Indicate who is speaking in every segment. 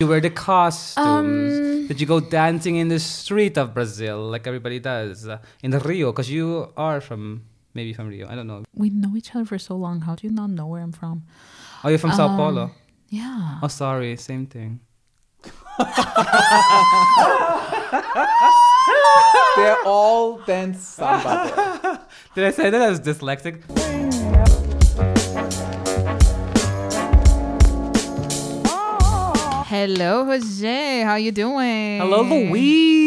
Speaker 1: you wear the costumes?
Speaker 2: Um,
Speaker 1: Did you go dancing in the street of Brazil like everybody does uh, in Rio? Because you are from maybe from Rio. I don't know.
Speaker 2: We know each other for so long. How do you not know where I'm from?
Speaker 1: Oh, you're from Sao
Speaker 2: Um,
Speaker 1: Paulo.
Speaker 2: Yeah.
Speaker 1: Oh, sorry, same thing.
Speaker 3: They're all dance samba.
Speaker 1: Did I say that I was dyslexic?
Speaker 2: Hello, Jose. How you doing?
Speaker 1: Hello, Louise.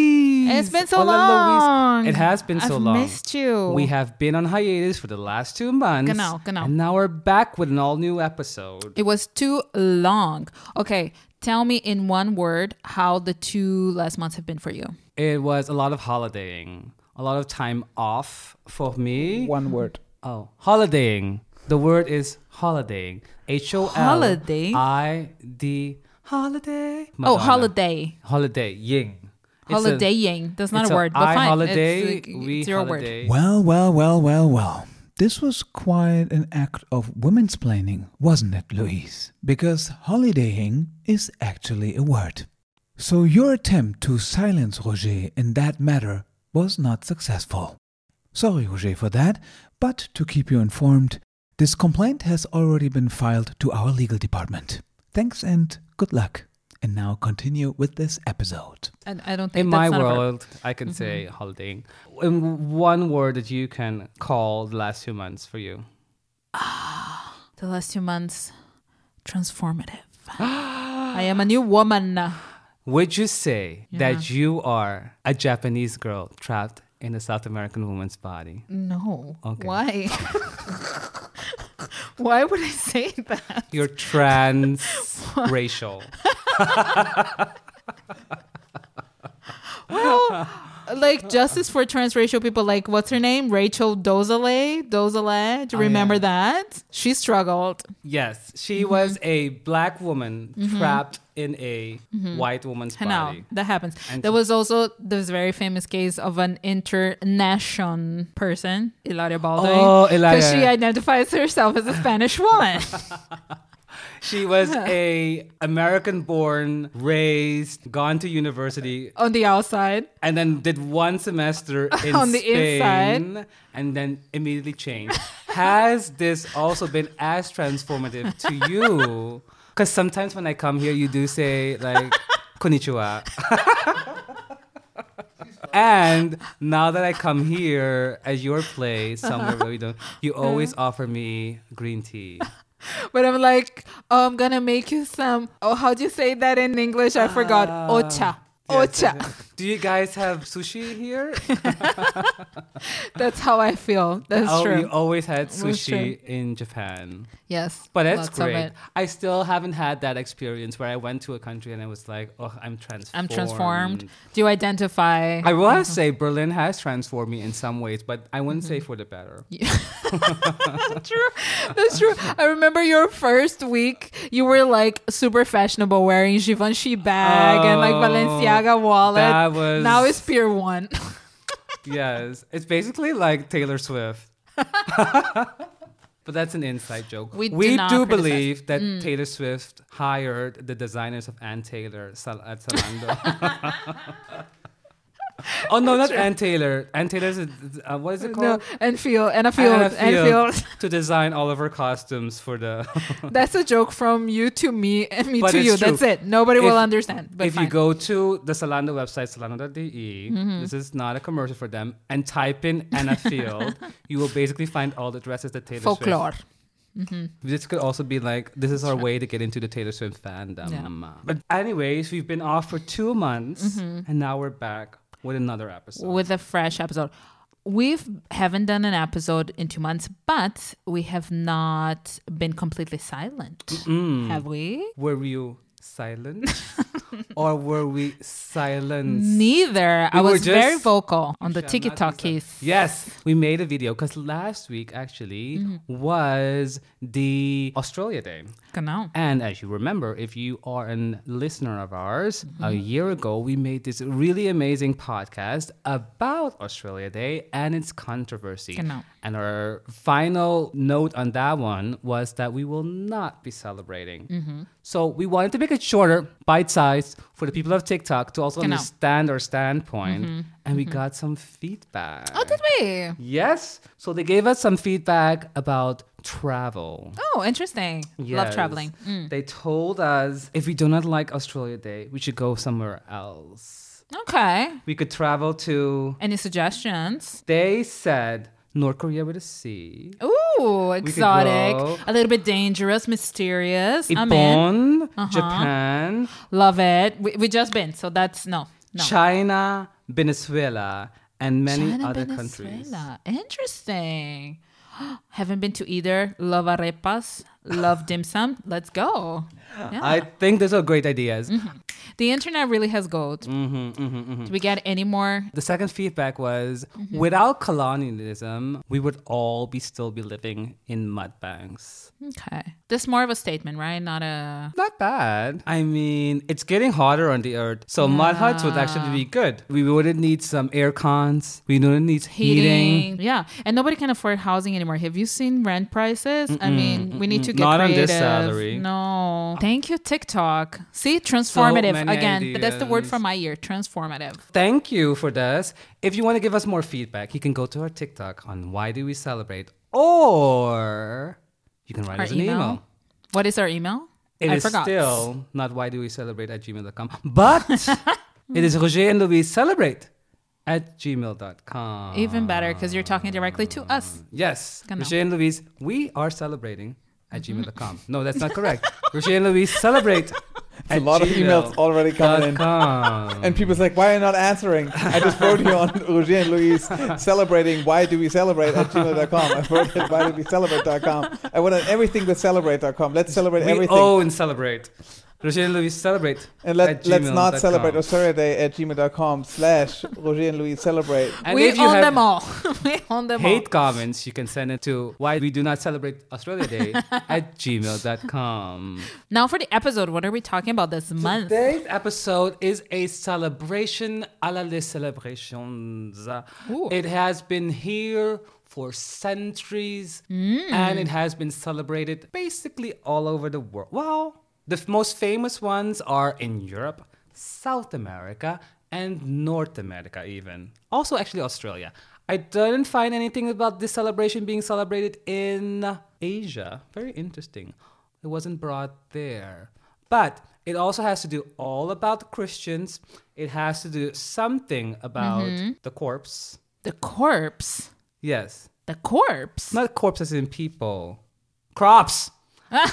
Speaker 2: It's been so
Speaker 1: Louise.
Speaker 2: long.
Speaker 1: It has been so
Speaker 2: I've
Speaker 1: long.
Speaker 2: missed you.
Speaker 1: We have been on hiatus for the last two months.
Speaker 2: Genau, genau.
Speaker 1: And now we're back with an all new episode.
Speaker 2: It was too long. Okay, tell me in one word how the two last months have been for you.
Speaker 1: It was a lot of holidaying, a lot of time off for me.
Speaker 3: One word.
Speaker 1: Oh, holidaying. The word is holidaying. H O L
Speaker 2: Holiday?
Speaker 1: I D holiday.
Speaker 2: Oh,
Speaker 1: Madonna.
Speaker 2: holiday.
Speaker 1: Holiday. Ying. It's a-
Speaker 2: Holidaying. That's not
Speaker 1: it's
Speaker 2: a word, but
Speaker 1: I
Speaker 2: fine.
Speaker 1: holiday.
Speaker 2: it's, uh,
Speaker 1: we
Speaker 2: it's your word.
Speaker 1: holiday.
Speaker 4: Well, well, well, well, well. This was quite an act of women's planning, wasn't it, Louise? Because holidaying is actually a word. So your attempt to silence Roger in that matter was not successful. Sorry, Roger, for that, but to keep you informed, this complaint has already been filed to our legal department. Thanks and good luck. And now continue with this episode.
Speaker 2: And I don't think
Speaker 1: In
Speaker 2: that's
Speaker 1: my
Speaker 2: not a Mm-hmm. verb.
Speaker 1: world, I can say holidaying. In one word that you can call the last two months for you.
Speaker 2: the last two months, transformative. I am a new woman.
Speaker 1: Would you say that you are a Japanese girl trapped in a South American woman's body?
Speaker 2: No.
Speaker 1: Okay.
Speaker 2: Why? Why would I say that?
Speaker 1: You're transracial.
Speaker 2: Well, like justice for transracial people. Like what's her name? Rachel Dozale. Dozale. Do you
Speaker 1: Oh, yeah.
Speaker 2: remember that? She struggled.
Speaker 1: yes, she was a black woman trapped in a white woman's
Speaker 2: I know
Speaker 1: body.
Speaker 2: that happens.
Speaker 1: And-
Speaker 2: there was also this very famous case of an international person, Ilaria Baldwin,
Speaker 1: Oh, Ilaria.
Speaker 2: she identifies herself as a Spanish woman.
Speaker 1: She was a American-born, raised, gone to university,
Speaker 2: on the outside,
Speaker 1: and then did one semester in
Speaker 2: On the
Speaker 1: Spain, and then immediately changed. Has this also been as transformative to you? Because sometimes when I come here, you do say like "konnichiwa," and now that I come here at your place, somewhere where we don't, you always offer me green tea.
Speaker 2: but I'm like, oh, I'm gonna make you some. Oh, how do you say that in English? I forgot. Ocha.
Speaker 1: Ah. Yes,
Speaker 2: Ocha.
Speaker 1: yes, yes. Do you guys have sushi here?
Speaker 2: That's how I feel. That's
Speaker 1: oh,
Speaker 2: true.
Speaker 1: we always had
Speaker 2: That's true.
Speaker 1: sushi in Japan.
Speaker 2: yes.
Speaker 1: But that's
Speaker 2: lots of
Speaker 1: great.
Speaker 2: it.
Speaker 1: I still haven't had that experience where I went to a country and I was like, oh, I'm transformed.
Speaker 2: I'm transformed. Mm-hmm. Do you identify?
Speaker 1: I will say Berlin has transformed me in some ways, but I wouldn't
Speaker 2: Mm-hmm.
Speaker 1: say for the better.
Speaker 2: true. That's true. I remember your first week, you were like super fashionable, wearing Givenchy bag and like
Speaker 1: Oh,
Speaker 2: Balenciaga wallet.
Speaker 1: that was-
Speaker 2: Now it's Pier One.
Speaker 1: yes. It's basically like Taylor Swift. but that's an inside joke.
Speaker 2: We do
Speaker 1: do,
Speaker 2: not criticize. Mm.
Speaker 1: believe that Taylor Swift hired the designers of Ann Taylor Sal- at Zalando. oh, no, not Ann Taylor. Ann Taylor's, a, uh, what is it
Speaker 2: no,
Speaker 1: called?
Speaker 2: and feel and I feel
Speaker 1: Anna
Speaker 2: and
Speaker 1: Field
Speaker 2: feel.
Speaker 1: to design all of her costumes for the.
Speaker 2: That's a joke from you to me and me
Speaker 1: But
Speaker 2: to
Speaker 1: it's
Speaker 2: you.
Speaker 1: true.
Speaker 2: That's it. Nobody
Speaker 1: If-
Speaker 2: will understand. But
Speaker 1: if you go to the Solando website, solando.de, E,
Speaker 2: Mm-hmm.
Speaker 1: this is not a commercial for them, and type in Anna Field, you will basically find all the dresses that Taylor
Speaker 2: folklore.
Speaker 1: Swift. This could also be like this is our way to get into the Taylor Swift fandom.
Speaker 2: Yeah. Mm-hmm.
Speaker 1: But anyways, we've been off for two months, and now we're back with another episode.
Speaker 2: with a fresh episode. We've haven't done an episode in two months, but we have not been completely silent, have we?
Speaker 1: Mm. were you silent, or were we silenced?
Speaker 2: Neither. I
Speaker 1: were
Speaker 2: was very
Speaker 1: just-
Speaker 2: vocal on the
Speaker 1: shall not be
Speaker 2: TikTokies.
Speaker 1: Yes, we made a video because last week actually was the Australia Day.
Speaker 2: Genau.
Speaker 1: And as you remember, if you are a listener of ours, a year ago we made this really amazing podcast about Australia Day and its controversy.
Speaker 2: Genau.
Speaker 1: And our final note on that one was that we will not be celebrating. So we wanted to make it shorter, bite sized, for the people of TikTok to also
Speaker 2: Genau.
Speaker 1: understand our standpoint. And we got some feedback.
Speaker 2: Oh, did we?
Speaker 1: Yes. So they gave us some feedback about travel.
Speaker 2: Oh, interesting. Love
Speaker 1: Yes.
Speaker 2: traveling. Mm.
Speaker 1: They told us if we do not like Australia Day, we should go somewhere else.
Speaker 2: Okay.
Speaker 1: We could travel to,
Speaker 2: Any suggestions?
Speaker 1: they said, North Korea with a C,
Speaker 2: Ooh,
Speaker 1: could
Speaker 2: exotic.
Speaker 1: go-
Speaker 2: A little bit dangerous, mysterious. I'm in.
Speaker 1: Ippon,
Speaker 2: Uh-huh.
Speaker 1: Japan,
Speaker 2: Love it. We, we just been, so that's no. No.
Speaker 1: China, Venezuela, and many
Speaker 2: China,
Speaker 1: other countries.
Speaker 2: Venezuela. Interesting. Haven't been to either. Love arepas. Love dim sum. Let's go. Yeah. Mm-hmm.
Speaker 1: I think those are great ideas.
Speaker 2: the internet really has gold.
Speaker 1: Mm-hmm,
Speaker 2: Do we get any more?
Speaker 1: The second feedback was
Speaker 2: Mm-hmm.
Speaker 1: without colonialism, we would all be still be living in mud banks.
Speaker 2: Okay. This more of a statement, right? Not a.
Speaker 1: Not bad. I mean, it's getting hotter on the earth, so mud huts would actually be good. We wouldn't need some air cons. We wouldn't need heating.
Speaker 2: Yeah. And nobody can afford housing anymore. Have you seen rent prices? I mean, we need to get
Speaker 1: Not on
Speaker 2: creative.
Speaker 1: this salary. Oh.
Speaker 2: No. Thank you, TikTok. See, transformative
Speaker 1: many
Speaker 2: again. But that's the word
Speaker 1: ideas.
Speaker 2: for my year transformative.
Speaker 1: Thank you for this. If you want to give us more feedback, you can go to our TikTok on Why Do We Celebrate, or you can write
Speaker 2: Our
Speaker 1: us an email.
Speaker 2: email. What is our email?
Speaker 1: It is
Speaker 2: I forgot.
Speaker 1: still not Why Do We Celebrate at gmail.com, but it is Roger and Louise Celebrate at gmail.com.
Speaker 2: Even better because you're talking directly to us.
Speaker 1: Um, Yes.
Speaker 2: Genau.
Speaker 1: Rocher and Louise, we are celebrating at
Speaker 2: Mm-hmm.
Speaker 1: gmail.com. No, that's not correct. Rocher and Louise celebrate
Speaker 3: A
Speaker 1: at
Speaker 3: lot of emails
Speaker 1: gmail
Speaker 3: already
Speaker 1: dot
Speaker 3: coming in.
Speaker 1: com.
Speaker 3: And people's like, why are you not answering? I just wrote you on Roger and Louise celebrating why do we celebrate at gmail.com. I wrote it why do we celebrate.com. I went on everything with celebrate.com. Let's celebrate
Speaker 1: we
Speaker 3: everything.
Speaker 1: own celebrate. Rocher and Louise celebrate.
Speaker 3: and
Speaker 1: at
Speaker 3: let, let's not
Speaker 1: gmail.com.
Speaker 3: celebrate Australia Day at gmail.com slash Roger and Louise celebrate.
Speaker 1: And
Speaker 2: we
Speaker 1: if you
Speaker 2: own
Speaker 1: have
Speaker 2: them all. we own them
Speaker 1: Hate comments, you can send it to why we do not celebrate Australia Day at gmail.com.
Speaker 2: all. Now for the episode. What are we talking about this month?
Speaker 1: Today's episode is a celebration a la les celebrations.
Speaker 2: Ooh.
Speaker 1: It has been here for centuries
Speaker 2: Mm.
Speaker 1: and it has been celebrated basically all over the world. Well, the f- most famous ones are in Europe, South America, and North America, even. Also, actually, Australia. I didn't find anything about this celebration being celebrated in Asia. Very interesting. It wasn't brought there. But it also has to do all about Christians. It has to do something about
Speaker 2: Mm-hmm.
Speaker 1: the corpse.
Speaker 2: The corpse.
Speaker 1: Yes.
Speaker 2: The corpse.
Speaker 1: Not corpses in people. Crops. I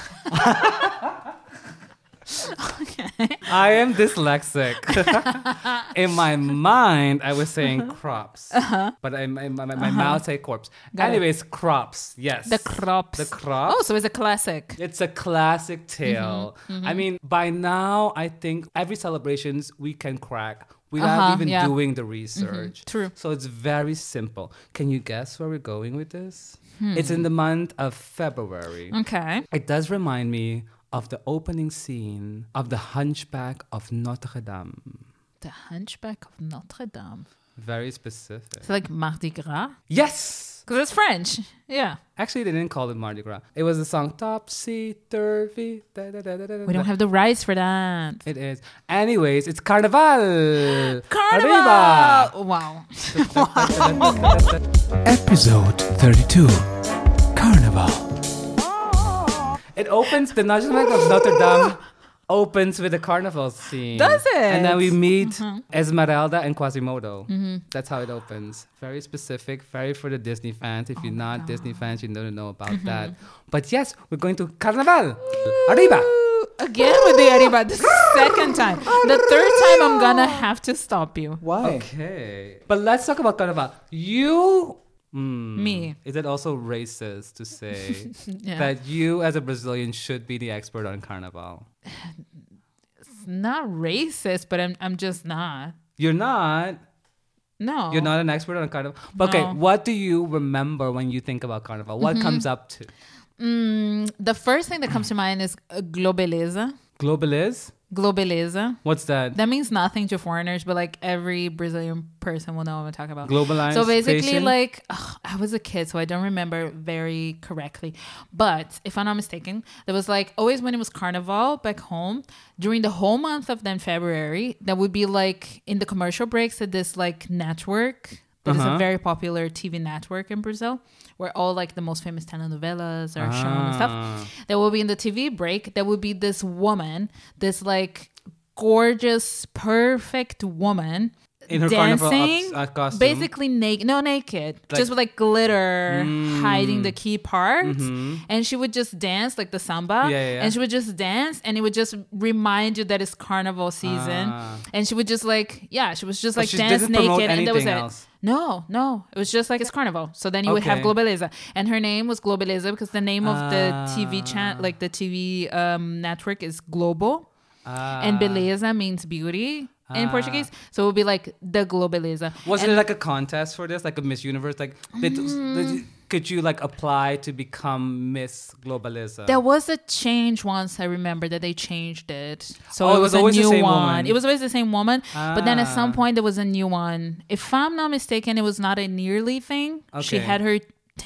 Speaker 1: am dyslexic. in my mind, I was saying
Speaker 2: Uh-huh.
Speaker 1: crops, but I, my, my, my mouth say corpse.
Speaker 2: Got it.
Speaker 1: Anyways, crops. Yes.
Speaker 2: The crops.
Speaker 1: The crops.
Speaker 2: Oh, so it's a classic.
Speaker 1: It's a classic
Speaker 2: Mm-hmm.
Speaker 1: tale. I mean, by now, I think every celebrations we can crack without
Speaker 2: Uh-huh,
Speaker 1: even
Speaker 2: yeah.
Speaker 1: doing the research.
Speaker 2: true.
Speaker 1: So it's very simple. Can you guess where we're going with this?
Speaker 2: Hmm.
Speaker 1: It's in the month of February.
Speaker 2: Okay.
Speaker 1: It does remind me of the opening scene of The Hunchback of Notre Dame.
Speaker 2: The Hunchback of Notre Dame.
Speaker 1: Very specific.
Speaker 2: It's like Mardi Gras.
Speaker 1: Yes!
Speaker 2: Because it's French. Yeah.
Speaker 1: Actually, they didn't call it Mardi Gras. It was the song Topsy Turvy. Da, da, da, da, da,
Speaker 2: We
Speaker 1: da.
Speaker 2: don't have the rights for that.
Speaker 1: It is. Anyways, it's Carnival.
Speaker 2: Carnival!
Speaker 1: Arriba!
Speaker 2: Wow.
Speaker 4: Episode 32 Carnival.
Speaker 1: It opens the National of Notre Dame. Opens with a carnival scene.
Speaker 2: Does it? Mm-hmm.
Speaker 1: And then we meet Esmeralda and Quasimodo. That's how it opens. Very specific, very for the Disney fans.
Speaker 2: Oh
Speaker 1: If you're not Disney fans, you don't know about
Speaker 2: Mm-hmm.
Speaker 1: that. But yes, we're going to Carnival. Arriba.
Speaker 2: Ooh, Again with the Arriba. The second time. The third time I'm gonna have to stop you.
Speaker 3: Why?
Speaker 1: Okay. But let's talk about Carnival. You. Mm.
Speaker 2: Me.
Speaker 1: Is it also racist to say
Speaker 2: Yeah.
Speaker 1: that you, as a Brazilian, should be the expert on Carnival?
Speaker 2: It's not racist, but I'm I'm just not.
Speaker 1: You're not.
Speaker 2: No.
Speaker 1: You're not an expert on Carnival. But okay,
Speaker 2: No. Mm-hmm.
Speaker 1: what do you remember when you think about Carnival? What comes up to?
Speaker 2: Mm, The first thing that comes to mind is uh, globeleza.
Speaker 1: Globaliz?
Speaker 2: Globeleza.
Speaker 1: What's that?
Speaker 2: That means nothing to foreigners, but like every Brazilian person will know what I'm talking about.
Speaker 1: Globalized
Speaker 2: So basically,
Speaker 1: station?
Speaker 2: like ugh, I was a kid, so I don't remember very correctly. But if I'm not mistaken, there was like always when it was carnival back home during the whole month of then February, that would be like in the commercial breaks at this like network. that is a very popular TV network in Brazil, where all like the most famous telenovelas are shown and
Speaker 1: Ah.
Speaker 2: stuff there will be in the TV break, there will be this woman, this like gorgeous, perfect woman
Speaker 1: In her carnival
Speaker 2: dancing,
Speaker 1: ups- uh, costume.
Speaker 2: basically naked, no naked,
Speaker 1: Like- Mm.
Speaker 2: just with like glitter hiding the key parts, and she would just dance like the samba,
Speaker 1: Mm-hmm. Yeah, yeah, yeah.
Speaker 2: and she would just dance, and it would just remind you that it's carnival season,
Speaker 1: Ah.
Speaker 2: and she would just like, yeah, she was just
Speaker 1: But
Speaker 2: like
Speaker 1: she
Speaker 2: dance
Speaker 1: didn't promote
Speaker 2: naked, and that was
Speaker 1: anything
Speaker 2: it.
Speaker 1: else.
Speaker 2: No, no. It was just like it's carnival. So then you would have
Speaker 1: Okay.
Speaker 2: Globeleza. And her name was Globeleza because the name of the TV
Speaker 1: Ah.
Speaker 2: channel, like the TV um, network is Globo.
Speaker 1: Ah.
Speaker 2: and Beleza means beauty in
Speaker 1: Ah.
Speaker 2: Portuguese. So it would be like the Globeleza.
Speaker 1: Was
Speaker 2: and
Speaker 1: there like a contest for this, like a Miss Universe? Like, did,
Speaker 2: Mm-hmm.
Speaker 1: did- could you like apply to become Miss Globaliza?
Speaker 2: there was a change once I remember that they changed it. So
Speaker 1: Oh,
Speaker 2: it was, a
Speaker 1: always the
Speaker 2: new
Speaker 1: same
Speaker 2: one.
Speaker 1: woman.
Speaker 2: It was always the same woman. But then at
Speaker 1: Ah.
Speaker 2: some point there was a new one. If I'm not mistaken, it was not a yearly thing. She
Speaker 1: Okay.
Speaker 2: had her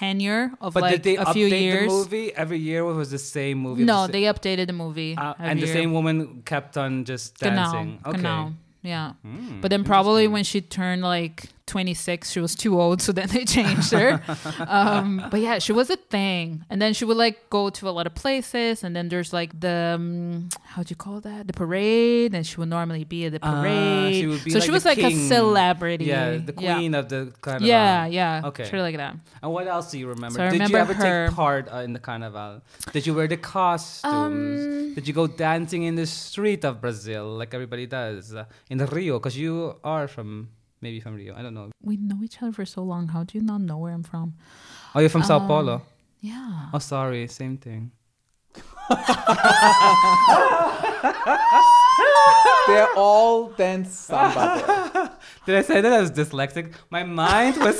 Speaker 2: tenure of
Speaker 1: but
Speaker 2: like
Speaker 1: did they
Speaker 2: a
Speaker 1: update
Speaker 2: few years.
Speaker 1: the movie every year? Or was it the same movie?
Speaker 2: No,
Speaker 1: The sa-
Speaker 2: they updated the movie.
Speaker 1: uh,
Speaker 2: every
Speaker 1: and the
Speaker 2: year.
Speaker 1: same woman kept on just dancing.
Speaker 2: Genau,
Speaker 1: okay. Hmm,
Speaker 2: genau. Yeah. but then probably when she turned like 26, she was too old, so then they changed her. um, but yeah, she was a thing. And then she would like go to a lot of places. And then there's like the, um, how do you call that? The parade. And she would normally be at the
Speaker 1: Ah,
Speaker 2: parade.
Speaker 1: she would be
Speaker 2: so she
Speaker 1: the
Speaker 2: was like a
Speaker 1: king.
Speaker 2: celebrity.
Speaker 1: Yeah, the queen of the
Speaker 2: Yeah,
Speaker 1: carnival.
Speaker 2: yeah. yeah.
Speaker 1: Okay.
Speaker 2: Sort of like that.
Speaker 1: And what else do you remember?
Speaker 2: So I
Speaker 1: Did
Speaker 2: remember
Speaker 1: you ever
Speaker 2: her-
Speaker 1: take part uh, in the carnival? Did you wear the costumes?
Speaker 2: Um,
Speaker 1: Did you go dancing in the street of Brazil like everybody does uh, in the Rio? Because you are from maybe from Rio. I don't know.
Speaker 2: We know each other for so long. How do you not know where I'm from?
Speaker 1: Oh, you're from
Speaker 2: Um,
Speaker 1: Sao Paulo.
Speaker 2: Yeah.
Speaker 1: Oh, sorry, same thing.
Speaker 3: They're all dance samba. there.
Speaker 1: Did I say that I was dyslexic? My mind was.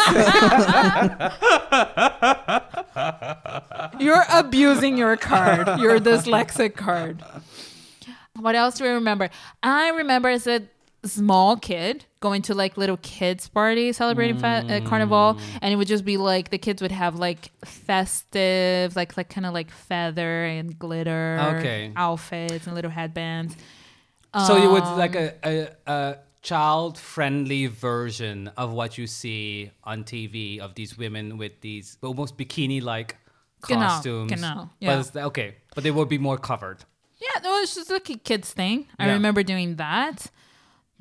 Speaker 2: You're abusing your card, your dyslexic card. What else do I remember? I remember as a small kid going to like little kids' party celebrating fe- uh, carnival, and it would just be like the kids would have like festive, like like kind of like feather and glitter
Speaker 1: Okay.
Speaker 2: outfits and little headbands.
Speaker 1: so you would like a a, a child friendly version of what you see on TV of these women with these almost bikini like
Speaker 2: Genau,
Speaker 1: costumes.
Speaker 2: genau,
Speaker 1: But
Speaker 2: yeah.
Speaker 1: it's- okay, but they would be more covered.
Speaker 2: Yeah, no, it's just like a kids thing. I
Speaker 1: Yeah.
Speaker 2: remember doing that.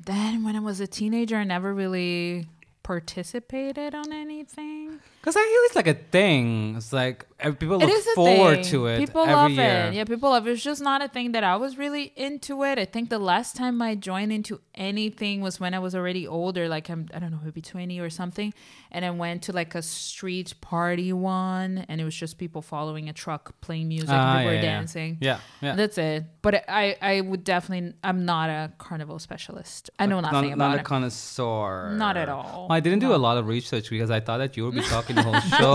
Speaker 2: Then when I was a teenager, I never really participated on anything.
Speaker 1: Because I hear it's like a thing. It's like ev- people look
Speaker 2: it is a
Speaker 1: forward
Speaker 2: thing.
Speaker 1: to it
Speaker 2: People
Speaker 1: every
Speaker 2: love
Speaker 1: year.
Speaker 2: it. Yeah, people love it. It's just not a thing that I was really into it. I think the last time I joined into anything was when I was already older, like I'm I don't know, maybe twenty or something. And I went to like a street party one and it was just people following a truck playing music
Speaker 1: Ah,
Speaker 2: and people
Speaker 1: yeah,
Speaker 2: were
Speaker 1: yeah.
Speaker 2: dancing.
Speaker 1: Yeah, yeah.
Speaker 2: That's it. But I, I would definitely I'm not a carnival specialist. I know nothing
Speaker 1: not,
Speaker 2: about
Speaker 1: not a
Speaker 2: it.
Speaker 1: connoisseur.
Speaker 2: Not at all.
Speaker 1: Well, I didn't do a lot of research because I thought that you would be talking the whole show.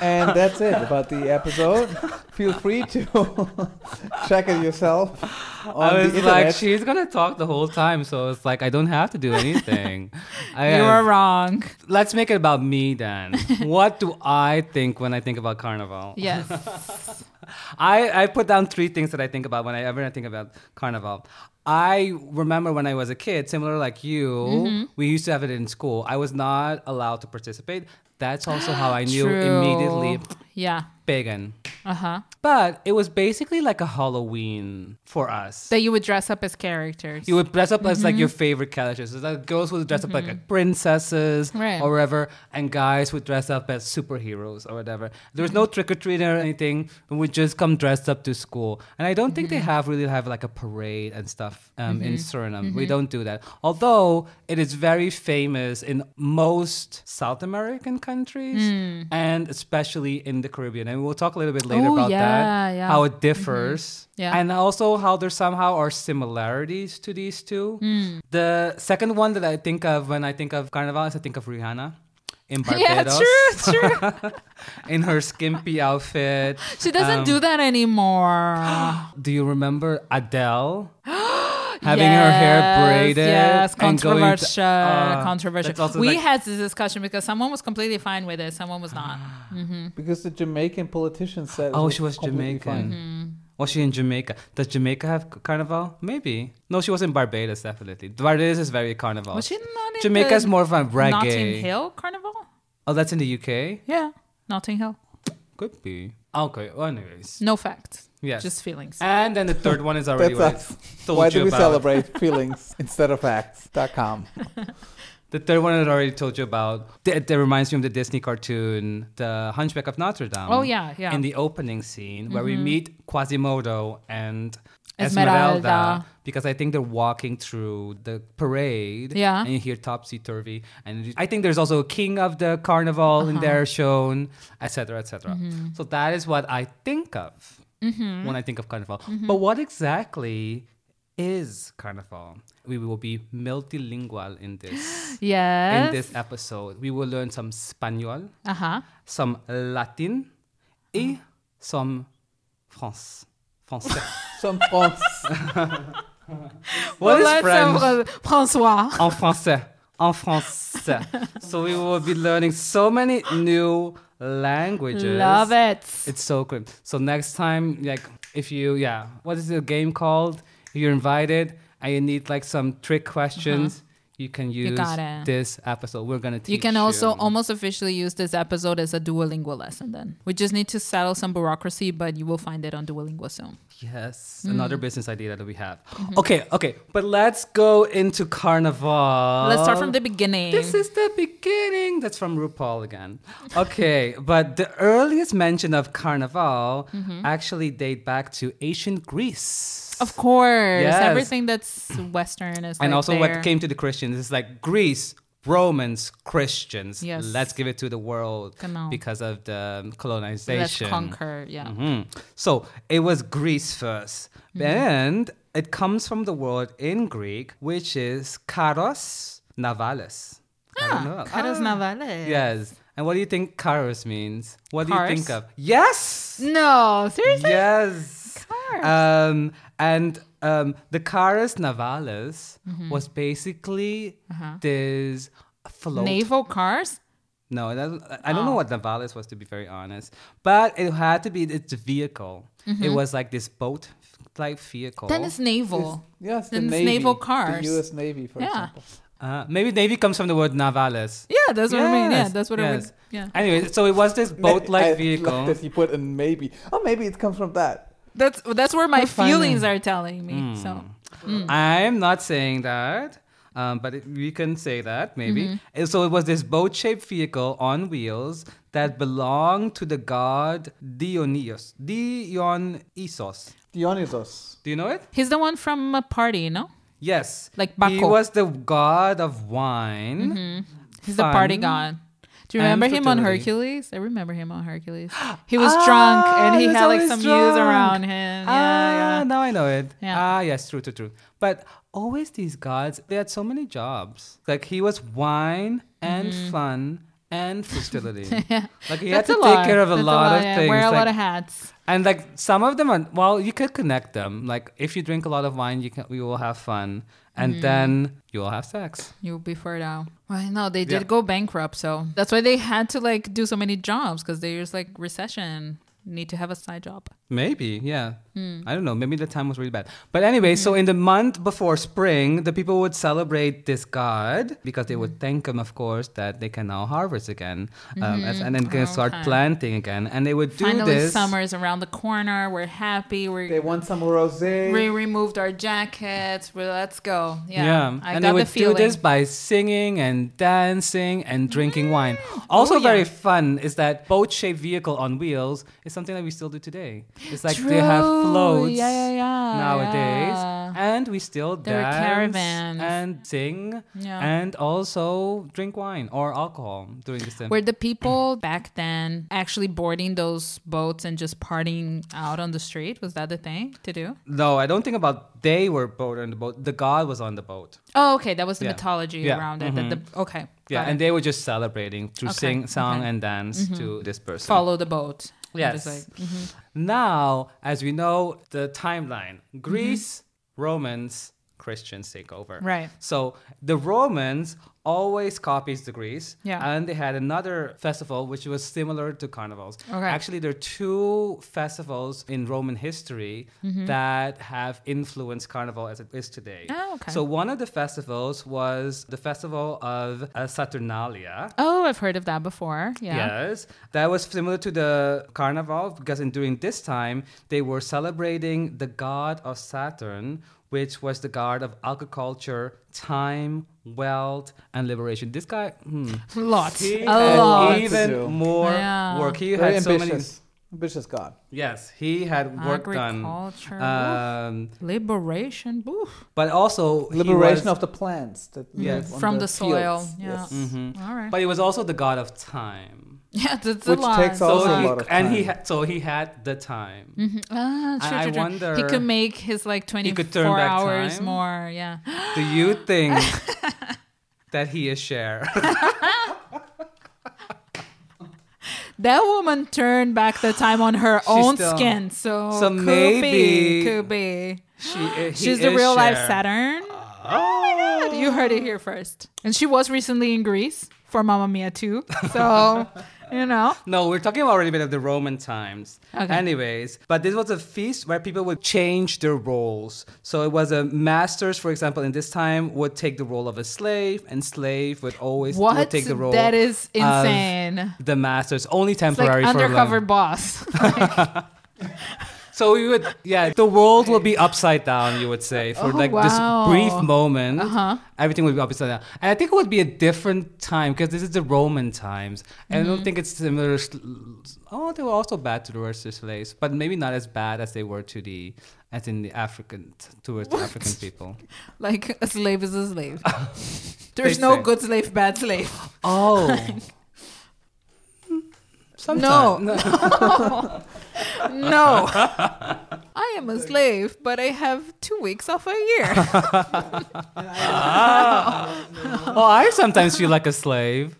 Speaker 3: And that's it about the episode. Feel free to check it yourself on
Speaker 1: I was
Speaker 3: the
Speaker 1: like,
Speaker 3: internet.
Speaker 1: she's gonna talk the whole time, so it's like I don't have to do anything. I,
Speaker 2: you were wrong.
Speaker 1: Let's make it about me then. what do I think when I think about carnival?
Speaker 2: Yes.
Speaker 1: I, I put down three things that I think about when I ever think about carnival. I remember when I was a kid, similar like you,
Speaker 3: Mm-hmm.
Speaker 1: we used to have it in school. I was not allowed to participate. That's also how I knew immediately
Speaker 2: True. Yeah.
Speaker 1: pagan.
Speaker 2: Uh huh.
Speaker 1: But it was basically like a Halloween for us.
Speaker 2: That you would dress up as characters.
Speaker 1: You would dress up as
Speaker 2: Mm-hmm.
Speaker 1: like your favorite characters. So, like, girls would dress up like, like, princesses
Speaker 2: Right.
Speaker 1: or whatever, and guys would dress up as superheroes or whatever. There was no
Speaker 2: Mm-hmm.
Speaker 1: trick or treating or anything. We would just come dressed up to school. And I don't think they
Speaker 2: Mm-hmm.
Speaker 1: have really have like a parade and stuff um, in Suriname.
Speaker 2: Mm-hmm.
Speaker 1: We don't do that. Although it is very famous in most South American countries and especially in the Caribbean. And we'll talk a little bit later
Speaker 2: Mm. Oh,
Speaker 1: about
Speaker 2: yeah,
Speaker 1: that.
Speaker 2: yeah.
Speaker 1: How it differs.
Speaker 2: Mm-hmm. Yeah.
Speaker 1: And also how there somehow are similarities to these
Speaker 2: Mm.
Speaker 1: two. The second one that I think of when I think of Carnival is I think of Rihanna. in
Speaker 2: yeah,
Speaker 1: Barbados
Speaker 2: true, true.
Speaker 1: in her skimpy outfit.
Speaker 2: She doesn't do that anymore.
Speaker 1: Do you remember Adele? Having her hair braided.
Speaker 2: Yes,
Speaker 1: and going to-
Speaker 2: controversial.
Speaker 1: uh,
Speaker 2: controversial.
Speaker 1: that's also
Speaker 2: We
Speaker 1: like-
Speaker 2: had this discussion because someone was completely fine with it, someone was not.
Speaker 1: Ah.
Speaker 3: Because the Jamaican politician said. it
Speaker 1: Oh, she was
Speaker 3: completely
Speaker 1: Jamaican. Mm-hmm.
Speaker 3: fine.
Speaker 1: Was she in Jamaica? Does Jamaica have c- carnival? Maybe. No, she was in Barbados, definitely. Barbados is very carnival.
Speaker 2: Was she not in
Speaker 1: Jamaica's
Speaker 2: the
Speaker 1: more of a reggae.
Speaker 2: Notting Hill Carnival?
Speaker 1: Oh, that's in the UK?
Speaker 2: Yeah, Notting Hill.
Speaker 1: Could be. Okay, well, anyways.
Speaker 2: No facts.
Speaker 1: Yes. Um,
Speaker 2: Just feelings.
Speaker 1: And then the third one is already
Speaker 3: That's
Speaker 1: what I
Speaker 3: us.
Speaker 1: told
Speaker 3: Why
Speaker 1: you
Speaker 3: do we
Speaker 1: about.
Speaker 3: celebrate feelings instead of facts? Dot com.
Speaker 1: The third one I already told you about. That, that reminds me of the Disney cartoon, The Hunchback of Notre Dame.
Speaker 2: Oh, yeah, yeah. Mm-hmm.
Speaker 1: In the opening scene where we meet Quasimodo and Esmeralda,
Speaker 2: Esmeralda.
Speaker 1: because I think they're walking through the parade.
Speaker 2: Yeah.
Speaker 1: And you hear topsy turvy, and I think there's also a king of the carnival in
Speaker 2: Uh-huh.
Speaker 1: there shown, etc., etc.
Speaker 2: Mm-hmm.
Speaker 1: So that is what I think of when I think of carnival.
Speaker 2: Mm-hmm.
Speaker 1: But what exactly is carnival? We will be multilingual in this
Speaker 2: yes.
Speaker 1: in this episode. We will learn some Spanish,
Speaker 2: uh huh.
Speaker 1: some Latin, and some France. Français.
Speaker 3: Some France.
Speaker 1: what is
Speaker 2: let's
Speaker 1: French?
Speaker 2: have, uh, Francois.
Speaker 1: en français. En français. so we will be learning so many new languages.
Speaker 2: Love it.
Speaker 1: It's so good. So next time, like, if you, yeah, what is the game called? If you're invited and you need like some trick questions, you can use
Speaker 2: Uh-huh. got it.
Speaker 1: this episode. We're gonna teach
Speaker 2: You can also
Speaker 1: you.
Speaker 2: almost officially use this episode as a Duolingo lesson then. We just need to settle some bureaucracy, but you will find it on Duolingo soon.
Speaker 1: Yes, another
Speaker 2: Hmm.
Speaker 1: business idea that we have.
Speaker 2: Mm-hmm.
Speaker 1: Okay, okay, but let's go into Carnival.
Speaker 2: Let's start from the beginning.
Speaker 1: Uh, This is the beginning. That's from RuPaul again. Okay, but the earliest mention of Carnival actually date back to ancient Greece.
Speaker 2: Mm-hmm. of course.
Speaker 1: Yes.
Speaker 2: Everything that's Western is
Speaker 1: and
Speaker 2: like
Speaker 1: also
Speaker 2: there.
Speaker 1: what came to the Christians is like Greece, Romans, Christians.
Speaker 2: Yes.
Speaker 1: Let's give it to the world
Speaker 2: Genau.
Speaker 1: because of the um,
Speaker 2: Let's
Speaker 1: colonization.
Speaker 2: conquer. Yeah.
Speaker 1: Mhm. So it was Greece 1st And it comes from the word in Greek, which is karos navalis. I don't know.
Speaker 2: Ah,
Speaker 1: Ah.
Speaker 2: Caras navales.
Speaker 1: Yes. And what do you think karos means? What do you think
Speaker 2: Cars?
Speaker 1: of? Yes!
Speaker 2: No, seriously?
Speaker 1: Yes!
Speaker 2: Cars.
Speaker 1: Um, and um, the karos navalis was basically this float
Speaker 2: Naval cars?
Speaker 1: no, that, I
Speaker 2: Oh.
Speaker 1: don't know what Navalis was, to be very honest. But it had to be its vehicle. It was like this boat like vehicle.
Speaker 2: Mm-hmm. Then it's naval.
Speaker 3: Yes, the
Speaker 2: Then it's
Speaker 3: Navy.
Speaker 2: naval
Speaker 3: The
Speaker 2: cars.
Speaker 3: U.S. Navy, for
Speaker 2: Yeah.
Speaker 3: example.
Speaker 1: uh, maybe Navy comes from the word Navalis.
Speaker 2: Yeah, that's what I mean. Yeah,
Speaker 1: Yes,
Speaker 2: that's what
Speaker 1: yes.
Speaker 2: I mean. Yeah.
Speaker 1: Anyway, so it was this boat
Speaker 3: I
Speaker 1: like
Speaker 3: love
Speaker 1: vehicle.
Speaker 3: that he put in maybe. Oh, maybe it comes from that.
Speaker 2: That's that's where my
Speaker 1: We're finding- Hmm.
Speaker 2: feelings are telling me. So Mm.
Speaker 1: I'm not saying that. Um, but it, we can say that maybe.
Speaker 2: Mm-hmm.
Speaker 1: And so it was this boat-shaped vehicle on wheels that belonged to the god Dionysos. Dionysos.
Speaker 3: Dionysos.
Speaker 1: Do you know it?
Speaker 2: he's the one from a party, no?
Speaker 1: Yes.
Speaker 2: Like
Speaker 1: He
Speaker 2: Baco. Mm-hmm.
Speaker 1: was the god of wine.
Speaker 2: He's the party
Speaker 1: Fun.
Speaker 2: god. Do you
Speaker 1: And
Speaker 2: remember him on
Speaker 1: fertility.
Speaker 2: Hercules? I remember him on Hercules. He was drunk and he
Speaker 1: Ah, was
Speaker 2: had like
Speaker 1: always
Speaker 2: some
Speaker 1: drunk.
Speaker 2: youths around him. Yeah,
Speaker 1: ah,
Speaker 2: yeah.
Speaker 1: now I know it.
Speaker 2: Yeah.
Speaker 1: Ah, yes, true, true, true. But always these gods, they had so many jobs. Like he was wine and fun and fertility. Like he had
Speaker 2: Mm-hmm. That's
Speaker 1: to
Speaker 2: a
Speaker 1: take
Speaker 2: lot.
Speaker 1: care of a
Speaker 2: That's
Speaker 1: lot, of
Speaker 2: yeah.
Speaker 1: things.
Speaker 2: Wear a
Speaker 1: like-
Speaker 2: lot of hats.
Speaker 1: and like some of them are well, you could connect them. Like if you drink a lot of wine, you can we will have fun. And
Speaker 2: Mm-hmm.
Speaker 1: then you will have sex.
Speaker 2: You'll be far down. Well, no, they
Speaker 1: Yeah.
Speaker 2: did go bankrupt, so that's why they had to like do so many jobs because there's like recession. Need to have a side job.
Speaker 1: Maybe, yeah.
Speaker 2: Hmm.
Speaker 1: I don't know. Maybe the time was really bad. But anyway, so in the month before spring, the people would celebrate this god because they
Speaker 2: Hmm.
Speaker 1: would thank him, of course, that they can now harvest again um, as, and then can start
Speaker 2: Mm-hmm. Okay.
Speaker 1: planting again. And they would do
Speaker 2: Finally,
Speaker 1: this.
Speaker 2: summer is around the corner. We're happy. We're
Speaker 3: They want some rosé.
Speaker 2: We removed our jackets. Well, let's go. Yeah, I
Speaker 1: and
Speaker 2: got
Speaker 1: they would
Speaker 2: the feeling.
Speaker 1: do this by singing and dancing and drinking wine. Also,
Speaker 2: Oh, yeah.
Speaker 1: very fun is that boat-shaped vehicle on wheels is something that we still do today. It's like they have
Speaker 2: True.
Speaker 1: floats
Speaker 2: Yeah, yeah, yeah,
Speaker 1: nowadays,
Speaker 2: yeah. Yeah.
Speaker 1: And we still
Speaker 2: Ah. There were
Speaker 1: dance
Speaker 2: caravans.
Speaker 1: and sing
Speaker 2: Yeah.
Speaker 1: and also drink wine or alcohol during this time.
Speaker 2: Were the people back then actually boarding those boats and just partying out on the street? Was that the thing to do?
Speaker 1: No, I don't think about they were boat on the boat. The god was on the boat.
Speaker 2: Oh, okay. That was the
Speaker 1: Yeah.
Speaker 2: mythology
Speaker 1: Yeah. Mm-hmm.
Speaker 2: around it. That the, okay.
Speaker 1: Yeah,
Speaker 2: got
Speaker 1: and
Speaker 2: it.
Speaker 1: they were just celebrating to
Speaker 2: Okay, Mm-hmm.
Speaker 1: sing, song,
Speaker 2: okay.
Speaker 1: and dance to this person.
Speaker 2: follow the boat. It
Speaker 1: Yes.
Speaker 2: was like-
Speaker 1: Now, as we know, the timeline:
Speaker 2: Mm-hmm.
Speaker 1: Greece, Romans, Christians take over.
Speaker 2: Right.
Speaker 1: So the Romans always copies the Greece.
Speaker 2: Yeah.
Speaker 1: And they had another festival which was similar to carnivals.
Speaker 2: Okay.
Speaker 1: Actually, there are two festivals in Roman history
Speaker 2: Mm-hmm.
Speaker 1: that have influenced carnival as it is today.
Speaker 2: Oh, okay.
Speaker 1: So one of the festivals was the festival of uh, Saturnalia.
Speaker 2: oh, I've heard of that before. Yeah.
Speaker 1: Yes, that was similar to the carnival because in during this time they were celebrating the god of Saturn, which was the god of agriculture, time, wealth, and liberation. This guy, hmm,
Speaker 2: Lots.
Speaker 1: he
Speaker 2: A
Speaker 1: had
Speaker 2: lot.
Speaker 3: to do.
Speaker 1: even more
Speaker 2: Yeah.
Speaker 1: work. He
Speaker 3: Very
Speaker 1: had so many.
Speaker 3: ambitious. Ambitious God.
Speaker 1: Yes, he had work done.
Speaker 2: Agriculture. oof.
Speaker 1: Um,
Speaker 2: Liberation. oof.
Speaker 1: but also he
Speaker 3: Liberation
Speaker 1: was- Mm-hmm.
Speaker 3: of the plants that
Speaker 1: Yes.
Speaker 3: live on
Speaker 2: Mm-hmm. From the, soil.
Speaker 3: fields.
Speaker 2: Yeah.
Speaker 3: Yes.
Speaker 2: All right.
Speaker 1: But he was also the god of time.
Speaker 2: yeah, that's
Speaker 3: Which
Speaker 2: a lot.
Speaker 3: takes
Speaker 2: That's
Speaker 3: also a
Speaker 1: he,
Speaker 3: lot of
Speaker 1: and he
Speaker 3: time.
Speaker 1: had so he had the time.
Speaker 2: Ah, true,
Speaker 1: I
Speaker 2: true, true.
Speaker 1: wonder-
Speaker 2: he could make his like twenty
Speaker 1: could turn
Speaker 2: four
Speaker 1: back
Speaker 2: hours
Speaker 1: time?
Speaker 2: more. Yeah.
Speaker 1: Do you think that he is Cher?
Speaker 2: That woman turned back the time on her own
Speaker 1: still-
Speaker 2: skin. So,
Speaker 1: So
Speaker 2: could be,
Speaker 1: maybe-
Speaker 2: could be.
Speaker 1: She, i- he
Speaker 2: She's the
Speaker 1: is
Speaker 2: real life
Speaker 1: Cher.
Speaker 2: Saturn. Oh my God, you heard it here first. And she was recently in Greece for Mamma Mia too. So, you know.
Speaker 1: No, we're talking about a little bit of the Roman times.
Speaker 2: Okay.
Speaker 1: Anyways, but this was a feast where people would change their roles. So it was a masters, for example, in this time would take the role of a slave, and slave would always would
Speaker 2: What?
Speaker 1: take the role.
Speaker 2: That is
Speaker 1: of
Speaker 2: insane.
Speaker 1: The masters only
Speaker 2: It's like
Speaker 1: temporary for
Speaker 2: undercover
Speaker 1: long.
Speaker 2: boss.
Speaker 1: So we would, yeah, the world will be upside down. You would say for
Speaker 2: Oh,
Speaker 1: like
Speaker 2: wow.
Speaker 1: this
Speaker 2: Uh-huh.
Speaker 1: brief moment, everything would be upside down. And I think it would be a different time because this is the Roman times. And
Speaker 2: Mm-hmm.
Speaker 1: I don't think it's similar. s- Oh, they were also bad to the rest of the slaves, but maybe not as bad as they were to the as in the African towards the African people.
Speaker 2: like a slave is a slave. There's
Speaker 1: They
Speaker 2: no
Speaker 1: say.
Speaker 2: good slave, bad slave.
Speaker 1: Oh.
Speaker 2: No.
Speaker 1: Sometime- no.
Speaker 2: No. I am a slave, but I have two weeks off a year.
Speaker 1: Oh, I sometimes feel like a slave.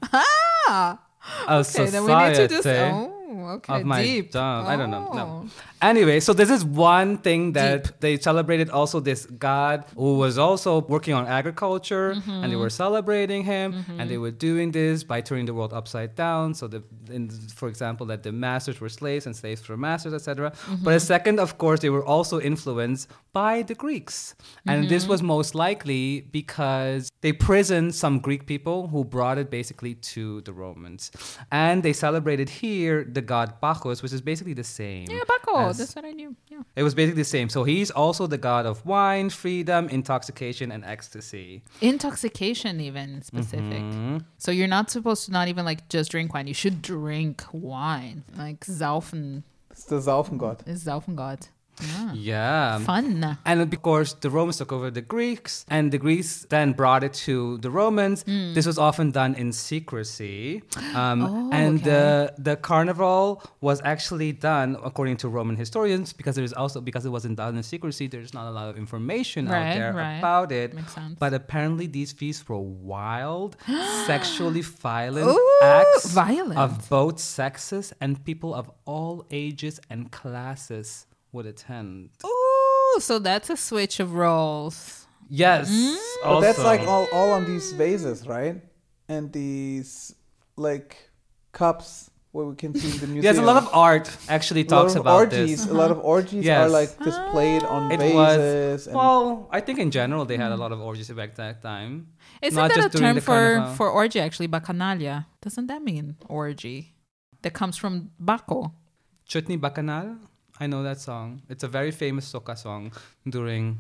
Speaker 2: Ah.
Speaker 1: Of
Speaker 2: Okay,
Speaker 1: society.
Speaker 2: then we need to just. Oh, okay.
Speaker 1: of my
Speaker 2: deep.
Speaker 1: dumb. I don't know.
Speaker 2: Oh.
Speaker 1: No. Anyway, so this is one thing that they celebrated. Also, this god who was also working on agriculture, and they were celebrating him, and they were doing this by turning the world upside down. So, the, in, for example, that the masters were slaves and slaves were masters, etc. But a second, of course, they were also influenced by the Greeks, and this was most likely because they prisoned some Greek people who brought it basically to the Romans, and they celebrated here the god Bacchus, which is basically the same.
Speaker 2: Yeah, Baco.
Speaker 1: Mm. as-
Speaker 2: That's what I knew. Yeah.
Speaker 1: it was basically the same. So he's also the god of wine, freedom, intoxication, and ecstasy.
Speaker 2: Intoxication, even specific.
Speaker 1: Mm-hmm.
Speaker 2: So you're not supposed to not even like just drink wine. You should drink wine. Like Saufen
Speaker 3: It's the Saufengott.
Speaker 2: is Saufengott. Yeah.
Speaker 1: Yeah.
Speaker 2: Ah. Fun.
Speaker 1: And of course, the Romans took over the Greeks, and the Greeks then brought it to the Romans. This was often done in secrecy. Um,
Speaker 2: Hmm. Oh,
Speaker 1: and the, the carnival was actually done, according to Roman historians, because there's also because it wasn't done in secrecy, there's not a lot of information
Speaker 2: Right,
Speaker 1: out there
Speaker 2: right.
Speaker 1: about it.
Speaker 2: Makes sense.
Speaker 1: But apparently, these feasts were wild, sexually violent
Speaker 2: Ooh,
Speaker 1: acts
Speaker 2: violent.
Speaker 1: of both sexes, and people of all ages and classes would attend.
Speaker 2: Ooh, so that's a switch of roles.
Speaker 1: Yes.
Speaker 3: But
Speaker 1: Also.
Speaker 3: that's like all, all on these vases, right? And these like cups where we can see in the museum.
Speaker 1: Yes, a lot of art actually
Speaker 3: A lot
Speaker 1: talks
Speaker 3: of
Speaker 1: about
Speaker 3: orgies.
Speaker 1: this.
Speaker 3: A lot of orgies are
Speaker 1: Yes.
Speaker 3: like displayed on
Speaker 1: It
Speaker 3: vases.
Speaker 1: was
Speaker 3: and
Speaker 1: well, I think in general they had a lot of orgies back that time.
Speaker 2: Isn't
Speaker 1: Not
Speaker 2: that
Speaker 1: just
Speaker 2: a
Speaker 1: during
Speaker 2: term
Speaker 1: the
Speaker 2: for
Speaker 1: carnival.
Speaker 2: for orgy? Actually, bacanalia. Doesn't that mean orgy? That comes from Baco.
Speaker 1: Chutney Bacchanal? I know that song. It's a very famous soca song during.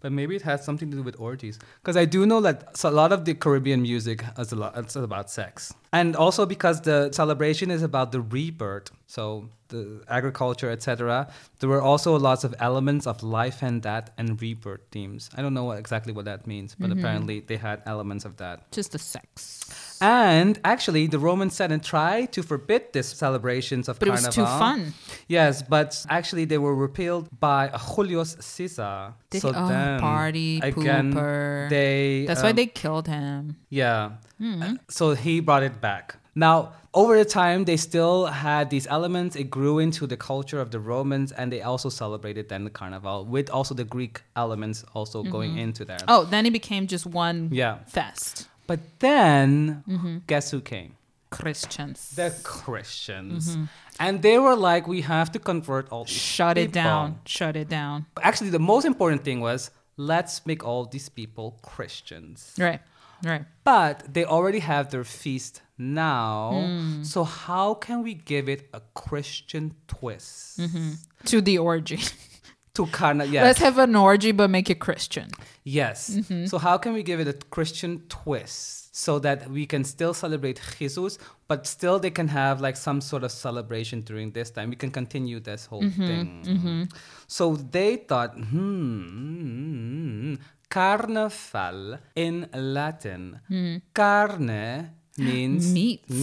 Speaker 1: But maybe it has something to do with orgies. Because I do know that s- a lot of the Caribbean music is a lot it's about sex. And also because the celebration is about the rebirth. So the agriculture, etc. There were also lots of elements of life and death and rebirth themes. I don't know what, exactly what that means, but
Speaker 2: Mm-hmm.
Speaker 1: apparently they had elements of that.
Speaker 2: Just the sex.
Speaker 1: And actually, the Roman Senate tried to forbid these celebrations of
Speaker 2: But it was
Speaker 1: Carnival.
Speaker 2: too fun.
Speaker 1: Yes, but actually, they were repealed by Julius Caesar.
Speaker 2: They-
Speaker 1: so
Speaker 2: oh,
Speaker 1: then,
Speaker 2: party
Speaker 1: again,
Speaker 2: pooper.
Speaker 1: They
Speaker 2: That's
Speaker 1: um,
Speaker 2: why they Hmm. killed him.
Speaker 1: yeah. Uh, So he brought it back. Now, over the time, they still had these elements. It grew into the culture of the Romans, and they also celebrated then the Carnival with also the Greek elements also going into there.
Speaker 2: Oh, then it became just one
Speaker 1: Yeah.
Speaker 2: fest.
Speaker 1: But then,
Speaker 2: Mm-hmm.
Speaker 1: guess who came?
Speaker 2: Christians.
Speaker 1: The Christians.
Speaker 2: Mm-hmm.
Speaker 1: And they were like, we have to convert all these
Speaker 2: Shut it
Speaker 1: people."
Speaker 2: down. Shut it down.
Speaker 1: Actually, the most important thing was, let's make all these people Christians.
Speaker 2: Right. Right.
Speaker 1: But they already have their feast now. So how can we give it a Christian twist?
Speaker 2: To the orgy.
Speaker 1: To kind of yes,
Speaker 2: Let's have an orgy, but make it Christian.
Speaker 1: yes.
Speaker 2: Mm-hmm.
Speaker 1: So how can we give it a Christian twist so that we can still celebrate Jesus, but still they can have like some sort of celebration during this time? We can continue this whole
Speaker 2: Mm-hmm.
Speaker 1: thing. So they thought, hmm, carnaval in Latin, carne means
Speaker 2: Hmm.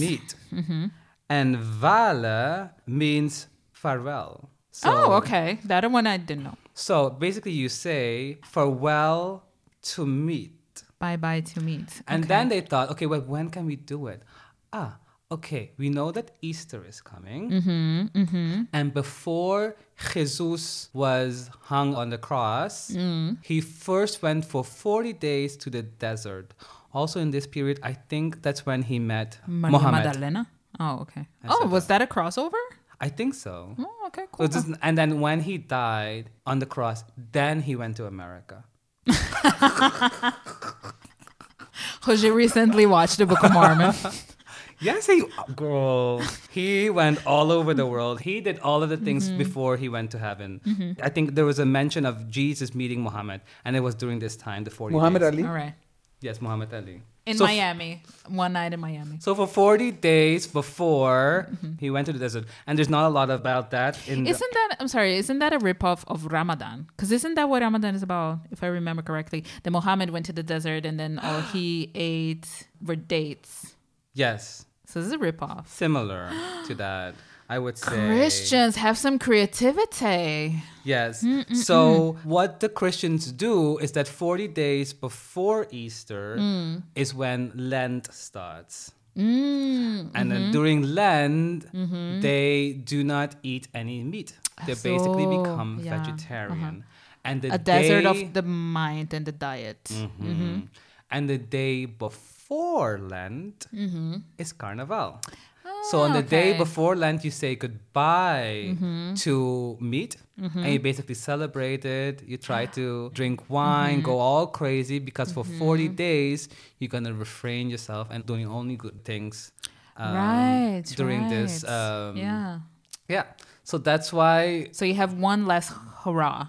Speaker 2: Meat. Mm-hmm.
Speaker 1: meat. And vale means farewell. So,
Speaker 2: oh, okay. That one I didn't know.
Speaker 1: So basically, you say farewell to meat.
Speaker 2: Bye bye to meat.
Speaker 1: And
Speaker 2: Okay.
Speaker 1: then they thought, okay, well, when can we do it? Ah, okay, we know that Easter is coming.
Speaker 2: Mm-hmm,
Speaker 1: And before Jesus was hung on the cross,
Speaker 2: Mm.
Speaker 1: he first went for 40 days to the desert. Also, in this period, I think that's when he met
Speaker 2: Maria
Speaker 1: Muhammad.
Speaker 2: Magdalena. Oh, okay.
Speaker 1: I
Speaker 2: Oh,
Speaker 1: said
Speaker 2: was that a crossover?
Speaker 1: I think so.
Speaker 2: Oh, okay,
Speaker 1: So
Speaker 2: cool.
Speaker 1: this is- and then when he died on the cross, then he went to America.
Speaker 2: Jose recently watched the Book of Mormon.
Speaker 1: Yes, he uh, girl. He went all over the world. He did all of the things before he went to heaven. I think there was a mention of Jesus meeting Muhammad, and it was during this time, the forty.
Speaker 3: Muhammad
Speaker 1: days.
Speaker 3: Ali.
Speaker 2: All right.
Speaker 1: Yes, Muhammad Ali.
Speaker 2: In
Speaker 1: so,
Speaker 2: Miami. One night in Miami.
Speaker 1: So for forty days before he went to the desert, and there's not a lot about that in. the-
Speaker 2: Isn't that, I'm sorry, isn't that a ripoff of Ramadan? Because isn't that what Ramadan is about, if I remember correctly? That Muhammad went to the desert and then all he ate were dates.
Speaker 1: yes,
Speaker 2: So this is a ripoff.
Speaker 1: similar to that. I would say
Speaker 2: Christians have some creativity.
Speaker 1: Yes. So what the Christians do is that 40 days before Easter
Speaker 2: Mm.
Speaker 1: is when Lent starts.
Speaker 2: Mm,
Speaker 1: And
Speaker 2: mm-hmm.
Speaker 1: then during Lent, they do not eat any meat. They basically
Speaker 2: Ah, So,
Speaker 1: become
Speaker 2: yeah, Uh-huh.
Speaker 1: vegetarian. And the
Speaker 2: A desert
Speaker 1: day-
Speaker 2: of the mind and the diet.
Speaker 1: Mhm. And the day before Lent is Carnival. so on the day
Speaker 2: Mm-hmm. Ah, okay. Mm-hmm.
Speaker 1: before Lent, you say goodbye to meat, and you basically celebrate it. You try to drink wine, go
Speaker 2: Mm-hmm.
Speaker 1: all crazy because for forty days you're gonna refrain yourself and doing only good things. um,
Speaker 2: right.
Speaker 1: During this,
Speaker 2: right.
Speaker 1: um,
Speaker 2: yeah.
Speaker 1: yeah. So that's why
Speaker 2: So you have one less hurrah.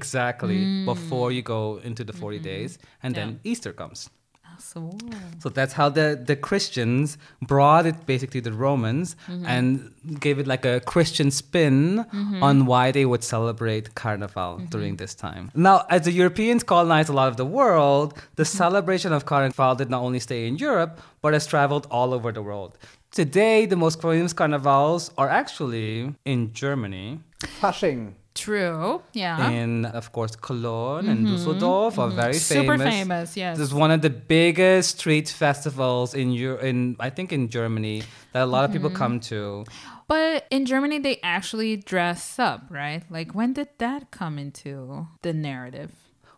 Speaker 1: exactly
Speaker 2: Mm.
Speaker 1: before you go into the 40
Speaker 2: Mm-hmm.
Speaker 1: days, and then Easter comes.
Speaker 2: So
Speaker 1: So that's how the, the Christians brought it basically to the Romans
Speaker 2: Mm-hmm.
Speaker 1: and gave it like a Christian spin on why they would celebrate Carnival
Speaker 2: Mm-hmm.
Speaker 1: during this time. Now, as the Europeans colonized a lot of the world, the
Speaker 2: Mm-hmm.
Speaker 1: celebration of Carnival did not only stay in Europe, but has traveled all over the world. Today, the most famous carnivals are actually in Germany,
Speaker 3: Fasching.
Speaker 2: true. Yeah.
Speaker 1: in, of course, Cologne and Dusseldorf are very
Speaker 2: Mm-hmm. Super famous, yes.
Speaker 1: this is one of the biggest street festivals in Euro- in I think in Germany that a lot of people
Speaker 2: Mm-hmm.
Speaker 1: come to.
Speaker 2: But in Germany, they actually dress up, right? Like, when did that come into the narrative?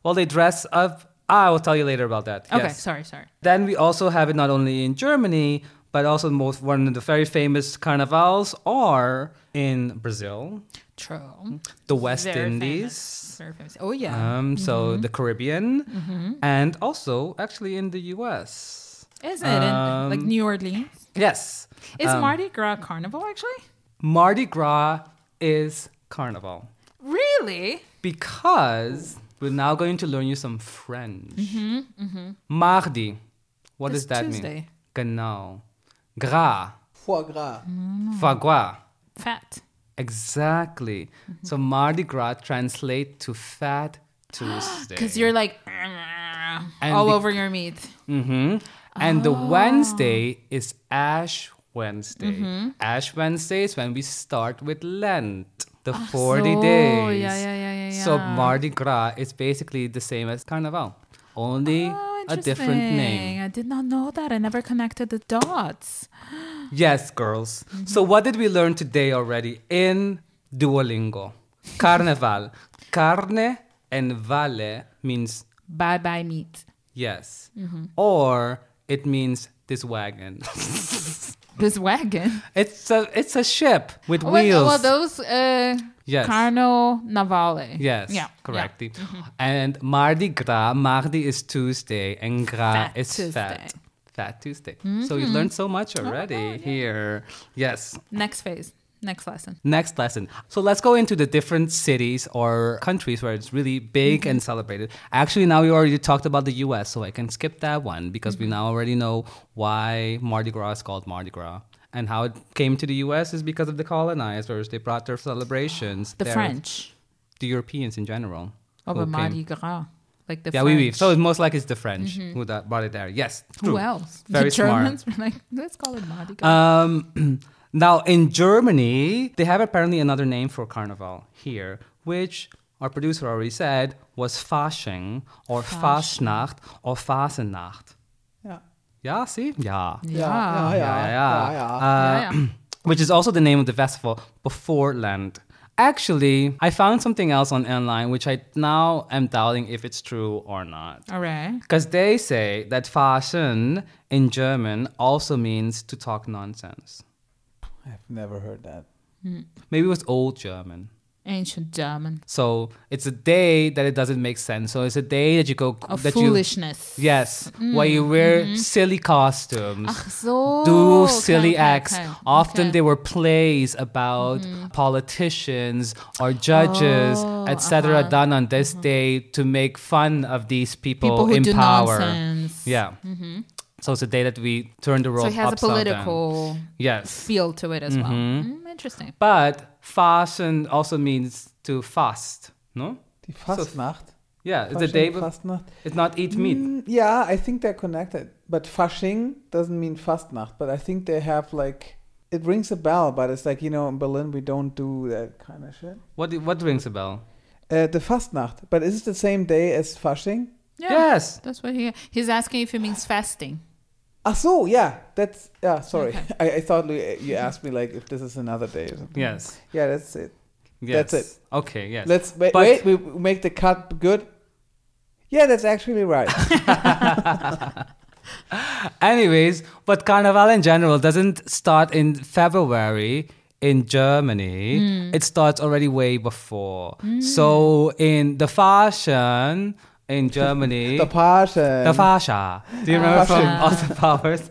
Speaker 1: Well, they dress up. ah, I will tell you later about that.
Speaker 2: Okay,
Speaker 1: Yes.
Speaker 2: sorry, sorry.
Speaker 1: Then we also have it not only in Germany but also most one of the very famous carnivals are in Brazil,
Speaker 2: True.
Speaker 1: the West
Speaker 2: Very
Speaker 1: Indies.
Speaker 2: famous, Very famous. Oh, yeah. Mm-hmm.
Speaker 1: Um, so the Caribbean, and also actually in the U.S.
Speaker 2: Isn't it? In, like,
Speaker 1: um,
Speaker 2: New Orleans?
Speaker 1: Yes,
Speaker 2: Is
Speaker 1: um,
Speaker 2: Mardi Gras carnival, actually?
Speaker 1: Mardi Gras is carnival.
Speaker 2: Really?
Speaker 1: because we're now going to learn you some French. Mardi. What
Speaker 2: That's
Speaker 1: does that mean?
Speaker 2: Tuesday.
Speaker 1: Genau. Gras.
Speaker 3: Foie gras.
Speaker 1: Foie gras.
Speaker 2: Fat.
Speaker 1: Exactly. So Mardi Gras translate to Fat Tuesday.
Speaker 2: because you're like all
Speaker 1: the-
Speaker 2: over your meat.
Speaker 1: hmm And the Wednesday is Ash Wednesday.
Speaker 2: Mm-hmm.
Speaker 1: Ash Wednesday is when we start with Lent, the 40
Speaker 2: Ah, so- yeah,
Speaker 1: days.
Speaker 2: yeah, yeah, yeah,
Speaker 1: So
Speaker 2: yeah.
Speaker 1: Mardi Gras is basically the same as Carnival, only
Speaker 2: Oh,
Speaker 1: a different
Speaker 2: interesting.
Speaker 1: name.
Speaker 2: I did not know that. I never connected the dots.
Speaker 1: Yes, girls.
Speaker 2: Mm-hmm.
Speaker 1: So what did we learn today already in Duolingo? Carnival. Carne and vale means
Speaker 2: Bye bye meat.
Speaker 1: yes,
Speaker 2: Mm-hmm.
Speaker 1: or it means this wagon.
Speaker 2: This wagon.
Speaker 1: It's a it's a ship with
Speaker 2: Oh, wait,
Speaker 1: wheels.
Speaker 2: Well, those uh,
Speaker 1: Yes.
Speaker 2: Carno Navale.
Speaker 1: yes,
Speaker 2: Yeah. Mm-hmm.
Speaker 1: correctly. And Mardi Gras, Mardi is Tuesday, and Gras
Speaker 2: Fat
Speaker 1: is fat.
Speaker 2: Tuesday. Mm-hmm. Oh,
Speaker 1: Fat Tuesday. So you learned so much already here. Yes.
Speaker 2: Yeah. Next phase. Next lesson.
Speaker 1: Next lesson. So let's go into the different cities or countries where it's really big and
Speaker 2: Mm-hmm.
Speaker 1: celebrated. Actually, now we already talked about the U.S., so I can skip that one because
Speaker 2: Mm-hmm.
Speaker 1: we now already know why Mardi Gras is called Mardi Gras and how it came to the U.S. is because of the colonizers. They brought their celebrations.
Speaker 2: The
Speaker 1: their-
Speaker 2: French.
Speaker 1: the Europeans in general.
Speaker 2: Oh,
Speaker 1: who
Speaker 2: but
Speaker 1: came-
Speaker 2: Mardi Gras. Like the
Speaker 1: Yeah,
Speaker 2: French. Mm-hmm.
Speaker 1: we oui, oui. So it's most likely it's the French who that brought it there. Yes. True.
Speaker 2: Who else?
Speaker 1: Very
Speaker 2: the
Speaker 1: smart.
Speaker 2: Germans were like, let's call it Mardi Gras.
Speaker 1: Um, now in Germany, they have apparently another name for carnival here, which our producer already said was Fasching or Fastnacht or Fasenacht.
Speaker 3: Yeah.
Speaker 1: Yeah, see? Yeah.
Speaker 2: yeah.
Speaker 3: Yeah, yeah,
Speaker 1: Yeah,
Speaker 3: yeah,
Speaker 1: yeah.
Speaker 3: yeah, yeah.
Speaker 1: Uh,
Speaker 2: Yeah, yeah.
Speaker 1: which is also the name of the festival before Lent. Actually, I found something else on online, which I now am doubting if it's true or not.
Speaker 2: All right.
Speaker 1: Because they say that fashion in German also means to talk nonsense.
Speaker 3: I've never heard that.
Speaker 1: Maybe it was old German.
Speaker 2: Ancient German.
Speaker 1: So it's a day that it doesn't make sense. So it's a day that you go
Speaker 2: Of
Speaker 1: that
Speaker 2: foolishness.
Speaker 1: you yes,
Speaker 2: Mm,
Speaker 1: where you wear silly costumes.
Speaker 2: Ach so.
Speaker 1: do
Speaker 2: mm-hmm. Ah, oh, Okay,
Speaker 1: silly
Speaker 2: okay,
Speaker 1: acts.
Speaker 2: okay,
Speaker 1: Often
Speaker 2: okay.
Speaker 1: they were plays about politicians or judges,
Speaker 2: Oh,
Speaker 1: etc.,
Speaker 2: uh-huh.
Speaker 1: done on this day to make fun of these people,
Speaker 2: people who
Speaker 1: in
Speaker 2: do
Speaker 1: power.
Speaker 2: nonsense. Mm-hmm.
Speaker 1: Yeah. So it's a day that we turn the
Speaker 2: So
Speaker 1: world
Speaker 2: it has a
Speaker 1: upside down.
Speaker 2: political
Speaker 1: Yes.
Speaker 2: feel to it as
Speaker 1: Mm-hmm.
Speaker 2: well. Mm, interesting.
Speaker 1: But fashion also means to fast, no?
Speaker 3: Die
Speaker 1: So-
Speaker 3: Fastnacht.
Speaker 1: yeah, it's a day.
Speaker 3: Fasching,
Speaker 1: be-
Speaker 3: Fastnacht.
Speaker 1: It's not eat meat.
Speaker 3: Mm, yeah, I think they're connected. But Fasching doesn't mean Fastnacht, but I think they have like it rings a bell, but it's like, you know, in Berlin we don't do that kind of shit.
Speaker 1: What what rings a bell?
Speaker 3: Uh, the Fastnacht, but is it the same day as Fasching?
Speaker 2: Yeah,
Speaker 1: Yes.
Speaker 2: That's what he he's asking if it means fasting.
Speaker 3: Ah, so yeah, that's yeah. Sorry,
Speaker 2: Okay.
Speaker 3: I, I thought you- you asked me like if this is another day or something.
Speaker 1: Yes.
Speaker 3: Yeah, that's it.
Speaker 1: yes.
Speaker 3: That's
Speaker 1: Okay. Yes.
Speaker 3: Let's wait,
Speaker 1: But-
Speaker 3: wait. We make the cut good. Yeah, that's actually right.
Speaker 1: Anyways, but Carnival in general doesn't start in February in Germany. It starts already way before. So in the fashion in Germany,
Speaker 3: the passion.
Speaker 1: the fascia. Do you remember from
Speaker 2: Fashion.
Speaker 1: Austin Powers?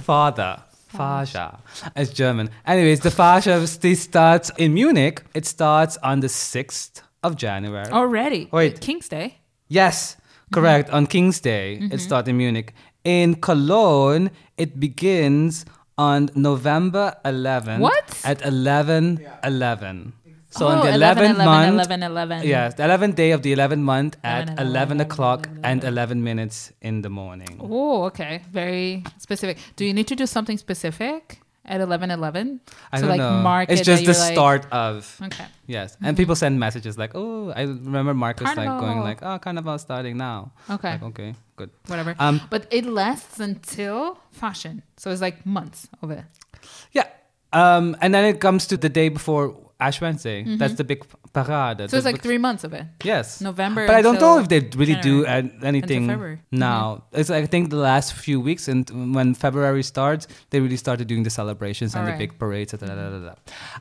Speaker 1: Father. Fascia. It's German. Anyways, the fascia this starts in Munich. It starts on the 6th of January.
Speaker 2: Oh. Already.
Speaker 1: Wait.
Speaker 2: King's Day.
Speaker 1: Yes, correct. On King's Day, it starts in Munich. In Cologne, it begins on November 11th.
Speaker 2: What?
Speaker 1: At 11 11. So on
Speaker 2: Oh,
Speaker 1: the
Speaker 2: 11,
Speaker 1: 11th month.
Speaker 2: 11, 11.
Speaker 1: Yes, the 11th day of the 11th month at 11,
Speaker 2: 11, 11,
Speaker 1: o'clock and 11 minutes in the morning.
Speaker 2: Oh, okay. Very specific. Do you need to do something specific at eleven eleven?
Speaker 1: I
Speaker 2: so
Speaker 1: don't
Speaker 2: like
Speaker 1: know.
Speaker 2: mark
Speaker 1: it's
Speaker 2: it
Speaker 1: just
Speaker 2: that
Speaker 1: the
Speaker 2: you're like-
Speaker 1: start of.
Speaker 2: Okay.
Speaker 1: Yes, and people send messages like, "Oh, I remember Marcus like going
Speaker 2: Carnival.
Speaker 1: like, oh, carnival starting now."
Speaker 2: Okay.
Speaker 1: Like, okay, good.
Speaker 2: Whatever.
Speaker 1: Um,
Speaker 2: but it lasts until fashion. So it's like months of it.
Speaker 1: Yeah. Um, and then it comes to the day before Ash Wednesday. That's the big parade.
Speaker 2: Mm-hmm. So it's like three months of it.
Speaker 1: Yes.
Speaker 2: November
Speaker 1: But I don't know
Speaker 2: until
Speaker 1: if they really do
Speaker 2: January.
Speaker 1: an- anything
Speaker 2: February. Mm-hmm.
Speaker 1: now. It's I think the last few weeks and when February starts, they really started doing the celebrations and
Speaker 2: Alright.
Speaker 1: the big parades. Da, da, da, da, da.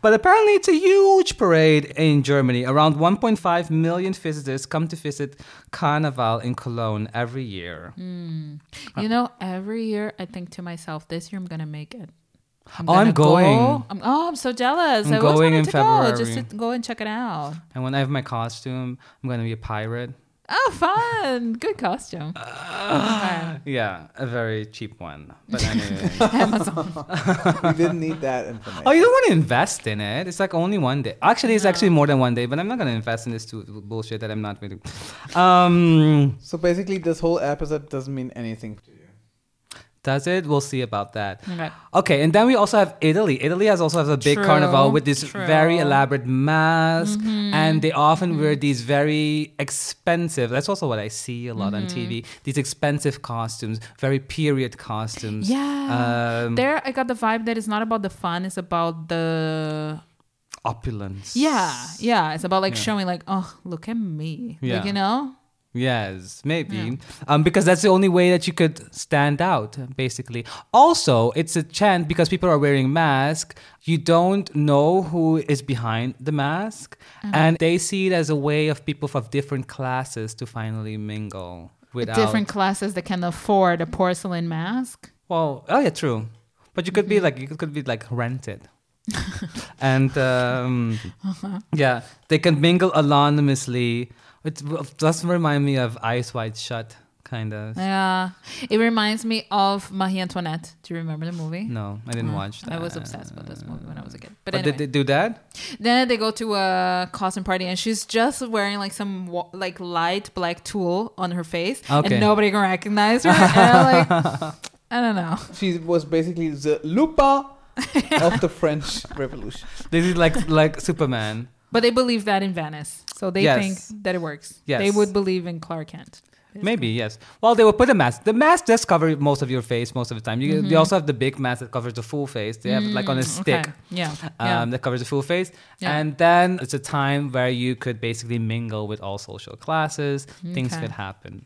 Speaker 1: But apparently, it's a huge parade in Germany. Around 1.5 million visitors come to visit Carnival in Cologne every year.
Speaker 2: Mm. You know, every year I think to myself, this year I'm gonna make it.
Speaker 1: Oh, I'm
Speaker 2: gonna go.
Speaker 1: going.
Speaker 2: I'm, oh, I'm so jealous.
Speaker 1: I'm
Speaker 2: I always
Speaker 1: going
Speaker 2: wanted
Speaker 1: in
Speaker 2: to go just
Speaker 1: February.
Speaker 2: to go and check it out.
Speaker 1: And when I have my costume, I'm going to be a pirate.
Speaker 2: Oh, fun! Good costume. Okay.
Speaker 1: Yeah, a very cheap one. But anyway.
Speaker 2: Amazon.
Speaker 3: we didn't need that information.
Speaker 1: Oh, you don't want to invest in it. It's like only one day. Actually, it's actually more than one day, but I'm not going to invest in this too, bullshit that I'm not going to. Um,
Speaker 3: So basically, this whole episode doesn't mean anything to you.
Speaker 1: does it? We'll see about that.
Speaker 2: Okay.
Speaker 1: Okay, and then we also have Italy. Italy has also has a big
Speaker 2: True,
Speaker 1: carnival with this
Speaker 2: true. Mm-hmm.
Speaker 1: very elaborate mask, and they often wear these very expensive. That's also what I see a lot
Speaker 2: Mm-hmm.
Speaker 1: on TV. These expensive costumes, very period costumes.
Speaker 2: Yeah.
Speaker 1: Um,
Speaker 2: there, I got the vibe that it's not about the fun; it's about the
Speaker 1: opulence.
Speaker 2: yeah, yeah. It's about like
Speaker 1: Yeah.
Speaker 2: showing, like, oh, look at me,
Speaker 1: Yeah.
Speaker 2: like you know.
Speaker 1: Yes, maybe. Um, because that's the only way that you could stand out, basically. Also, it's a chance because people are wearing masks. You don't know who is behind the mask, and they see it as a way of people of different classes to finally mingle without.
Speaker 2: Different classes that can afford a porcelain mask.
Speaker 1: Well, oh yeah, true. But you could be like you could be like rented. and um, yeah, they can mingle anonymously. It does remind me of Eyes Wide Shut, kind of.
Speaker 2: Yeah, it reminds me of Marie Antoinette. Do you remember the movie?
Speaker 1: No, Mm, I didn't watch that.
Speaker 2: Mm. I was obsessed with this movie when I was a kid. But,
Speaker 1: But,
Speaker 2: anyway.
Speaker 1: did they do that?
Speaker 2: Then they go to a costume party and she's just wearing like some wa- like light black tulle on her face
Speaker 1: Okay.
Speaker 2: and nobody can recognize her. and I'm like, I don't know.
Speaker 3: She was basically the lupa of the French Revolution.
Speaker 1: They did like like Superman.
Speaker 2: But they believe that in Venice. So they
Speaker 1: Yes.
Speaker 2: think that it works.
Speaker 1: Yes.
Speaker 2: They would believe in Clark Kent.
Speaker 1: Maybe yes. Well, they will put a mask. The mask does cover most of your face most of the time. You they also have the big mask that covers the full face. They have it like on a stick.
Speaker 2: Mm-hmm. Mm, Okay. Yeah. yeah.
Speaker 1: um, that covers the full face.
Speaker 2: Yeah.
Speaker 1: And then it's a time where you could basically mingle with all social classes. Things
Speaker 2: Okay.
Speaker 1: could happen.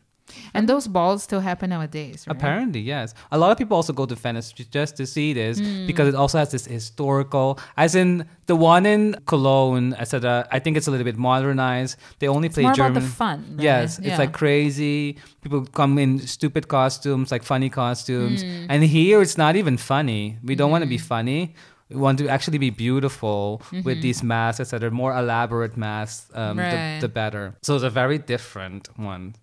Speaker 2: and those balls still happen nowadays. Right?
Speaker 1: Apparently, yes. A lot of people also go to Venice ju- just to see this
Speaker 2: Hmm.
Speaker 1: because it also has this historical, as in the one in Cologne, etc. I think it's a little bit modernized. They only
Speaker 2: It's
Speaker 1: play
Speaker 2: more
Speaker 1: German.
Speaker 2: about the fun. really.
Speaker 1: Yes,
Speaker 2: Yeah.
Speaker 1: it's like crazy. People come in stupid costumes, like funny costumes.
Speaker 2: Mm.
Speaker 1: And here it's not even funny. We don't want to be funny. We want to actually be beautiful with these masks, etc. More elaborate masks, um,
Speaker 2: Mm-hmm. Right.
Speaker 1: the, the better. So it's a very different one.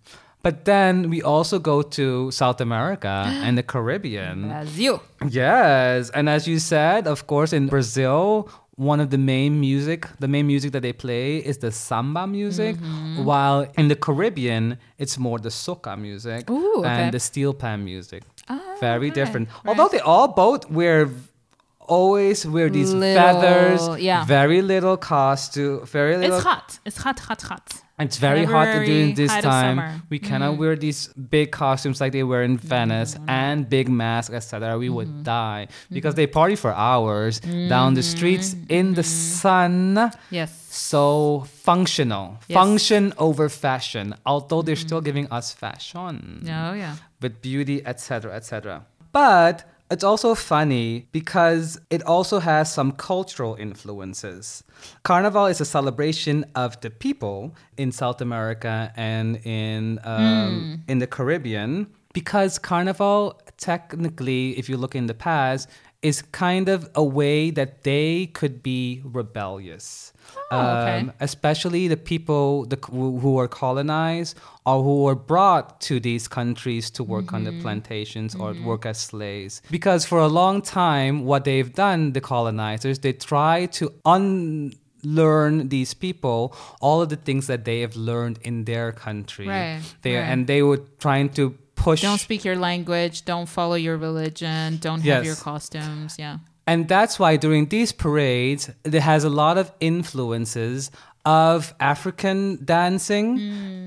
Speaker 1: But then we also go to South America and the Caribbean.
Speaker 2: Brazil.
Speaker 1: Yes, and as you said, of course, in Brazil, one of the main music, the main music that they play is the samba music,
Speaker 2: Mm-hmm.
Speaker 1: while in the Caribbean, it's more the soca music
Speaker 2: Ooh, okay.
Speaker 1: and the steel pan music.
Speaker 2: Ah,
Speaker 1: Very
Speaker 2: okay,
Speaker 1: different.
Speaker 2: right.
Speaker 1: Although they all both wear always wear these
Speaker 2: Little-
Speaker 1: feathers,
Speaker 2: yeah.
Speaker 1: very little costume, very little
Speaker 2: It's hot. It's hot, hot, hot.
Speaker 1: it's very hot
Speaker 2: February,
Speaker 1: during this
Speaker 2: height of summer. Mm-hmm.
Speaker 1: time. We cannot wear these big costumes like they were in Venice and big masks, etc. We
Speaker 2: Mm-hmm.
Speaker 1: would die because they party for hours down the streets
Speaker 2: Mm-hmm.
Speaker 1: in the sun.
Speaker 2: Yes.
Speaker 1: So functional,
Speaker 2: Yes. Mm-hmm.
Speaker 1: function over fashion. Although they're still giving us fashion
Speaker 2: Oh, yeah.
Speaker 1: with beauty, etc., etc. But it's also funny because it also has some cultural influences. Carnival is a celebration of the people in South America and in um, in the Caribbean because Carnival technically, if you look in the past, is kind of a way that they could be rebellious.
Speaker 2: okay.
Speaker 1: Um, especially the people the, who who were colonized or who were brought to these countries to work on the
Speaker 2: Mm-hmm.
Speaker 1: plantations or work as slaves. Because for a long time, what they've done, the colonizers, they try to unlearn these people all of the things that they have learned in their country
Speaker 2: Right,
Speaker 1: they
Speaker 2: right.
Speaker 1: and they were trying to push
Speaker 2: Don't speak your language. Don't follow your religion. Don't have
Speaker 1: Yes.
Speaker 2: your costumes. Yeah.
Speaker 1: And that's why during these parades, there has a lot of influences of African dancing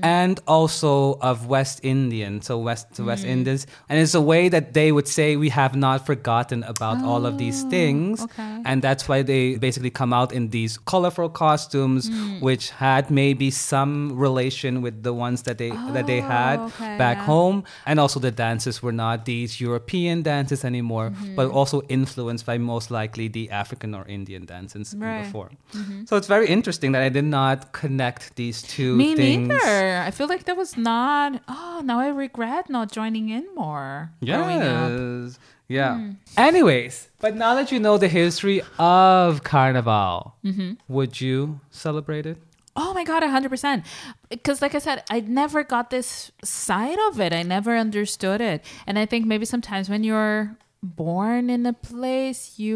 Speaker 1: and also of West Indian, so West to West Indians. And it's a way that they would say, We have not forgotten about all of these things.
Speaker 2: okay.
Speaker 1: And that's why they basically come out in these colorful costumes,
Speaker 2: Mm.
Speaker 1: which had maybe some relation with the ones that they that they had
Speaker 2: Oh, okay,
Speaker 1: back
Speaker 2: yeah.
Speaker 1: home home. And also, the dances were not these European dances anymore,
Speaker 2: Mm-hmm.
Speaker 1: but also influenced by most likely the African or Indian dances
Speaker 2: Right. Mm-hmm.
Speaker 1: before. So it's very interesting that I did not connect these two
Speaker 2: Me
Speaker 1: things.
Speaker 2: neither. I feel like that was not. Oh, now I regret not joining in more. growing up. Mm.
Speaker 1: Yes. Yeah. Anyways, but now
Speaker 2: Mm-hmm.
Speaker 1: that you know the history of Carnival, would you celebrate it?
Speaker 2: Oh my god, hundred percent. Because, like I said, I never got this side of it. I never understood it, and I think maybe sometimes when you're born in a place, you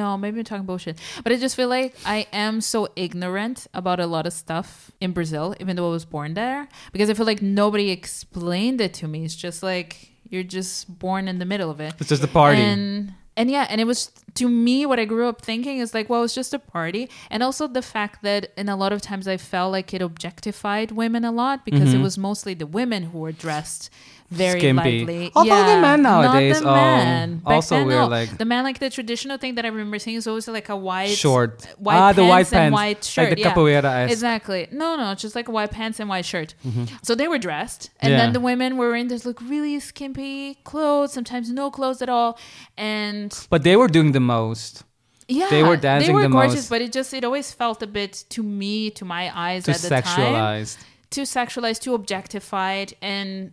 Speaker 2: no, maybe I'm talking bullshit. But I just feel like I am so ignorant about a lot of stuff in Brazil, even though I was born there, because I feel like nobody explained it to me. It's just like you're just born in the middle of it.
Speaker 1: It's just a party.
Speaker 2: And, and yeah, and it was to me what I grew up thinking is like, well, it's just a party. And also the fact that in a lot of times I felt like it objectified women a lot because
Speaker 1: Mm-hmm.
Speaker 2: it was mostly the women who were dressed very
Speaker 1: Skimpy.
Speaker 2: lightly.
Speaker 1: Although the
Speaker 2: Yeah,
Speaker 1: men
Speaker 2: not
Speaker 1: nowadays,
Speaker 2: the
Speaker 1: oh,
Speaker 2: men. Back
Speaker 1: also
Speaker 2: then,
Speaker 1: we're
Speaker 2: no.
Speaker 1: like-
Speaker 2: the man like the traditional thing that I remember seeing is always like a white
Speaker 1: Short.
Speaker 2: white
Speaker 1: Ah,
Speaker 2: pants
Speaker 1: the white
Speaker 2: and
Speaker 1: pants.
Speaker 2: white
Speaker 1: Like
Speaker 2: shirt,
Speaker 1: the
Speaker 2: yeah.
Speaker 1: capoeira-esque.
Speaker 2: Exactly. No, no, just like white pants and white shirt. So they were dressed,
Speaker 1: Mm-hmm.
Speaker 2: and
Speaker 1: Yeah.
Speaker 2: then the women were in this like really skimpy clothes, sometimes no clothes at all, and
Speaker 1: But they were doing the most.
Speaker 2: yeah,
Speaker 1: They were dancing
Speaker 2: They were
Speaker 1: the
Speaker 2: gorgeous,
Speaker 1: most.
Speaker 2: but it just it always felt a bit to me, to my eyes,
Speaker 1: Too
Speaker 2: at the time,
Speaker 1: sexualized.
Speaker 2: too sexualized, too objectified, and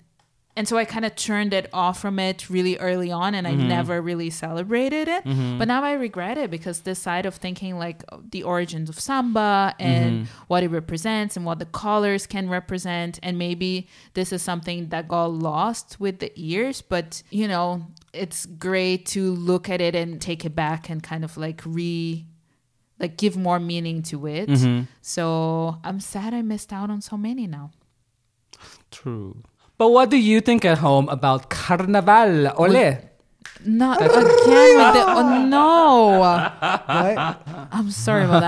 Speaker 2: and so I kind of turned it off from it really early on, and I never really celebrated it. But now I regret it because this side of thinking like oh, the origins of samba and what it represents and what the colors can represent, and maybe this is something that got lost with the years. But you know, it's great to look at it and take it back and kind of like re like give more meaning to it. So I'm sad I missed out on so many now.
Speaker 1: True. But what do you think at home about Carnaval? Ole.
Speaker 2: Not again with the oh no.
Speaker 3: Right?
Speaker 2: I'm sorry about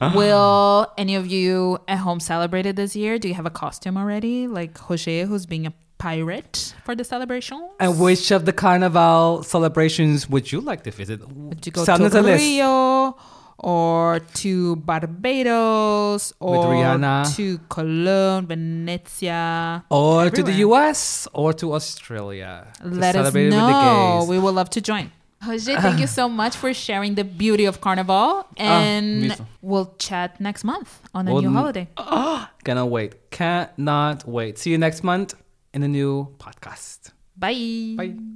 Speaker 2: that. Will any of you at home celebrate it this year? Do you have a costume already? Like Jose who's being a pirate for the celebration?
Speaker 1: And which of the Carnaval celebrations would you like to visit?
Speaker 2: Would you go
Speaker 1: Send us
Speaker 2: to
Speaker 1: a list.
Speaker 2: Rio or to Barbados or
Speaker 1: Rihanna.
Speaker 2: to Cologne, Venezia?
Speaker 1: Or to the
Speaker 2: Everywhere.
Speaker 1: US or to Australia. to
Speaker 2: Let us
Speaker 1: celebrate
Speaker 2: know.
Speaker 1: With the gays.
Speaker 2: We would love to join. Jose, thank you so much for sharing the beauty of Carnival, and
Speaker 1: beautiful.
Speaker 2: we'll chat next month on a
Speaker 1: Well,
Speaker 2: new
Speaker 1: n-
Speaker 2: holiday.
Speaker 1: Gonna wait. Cannot wait. See you next month in a new podcast.
Speaker 2: Bye.
Speaker 1: Bye.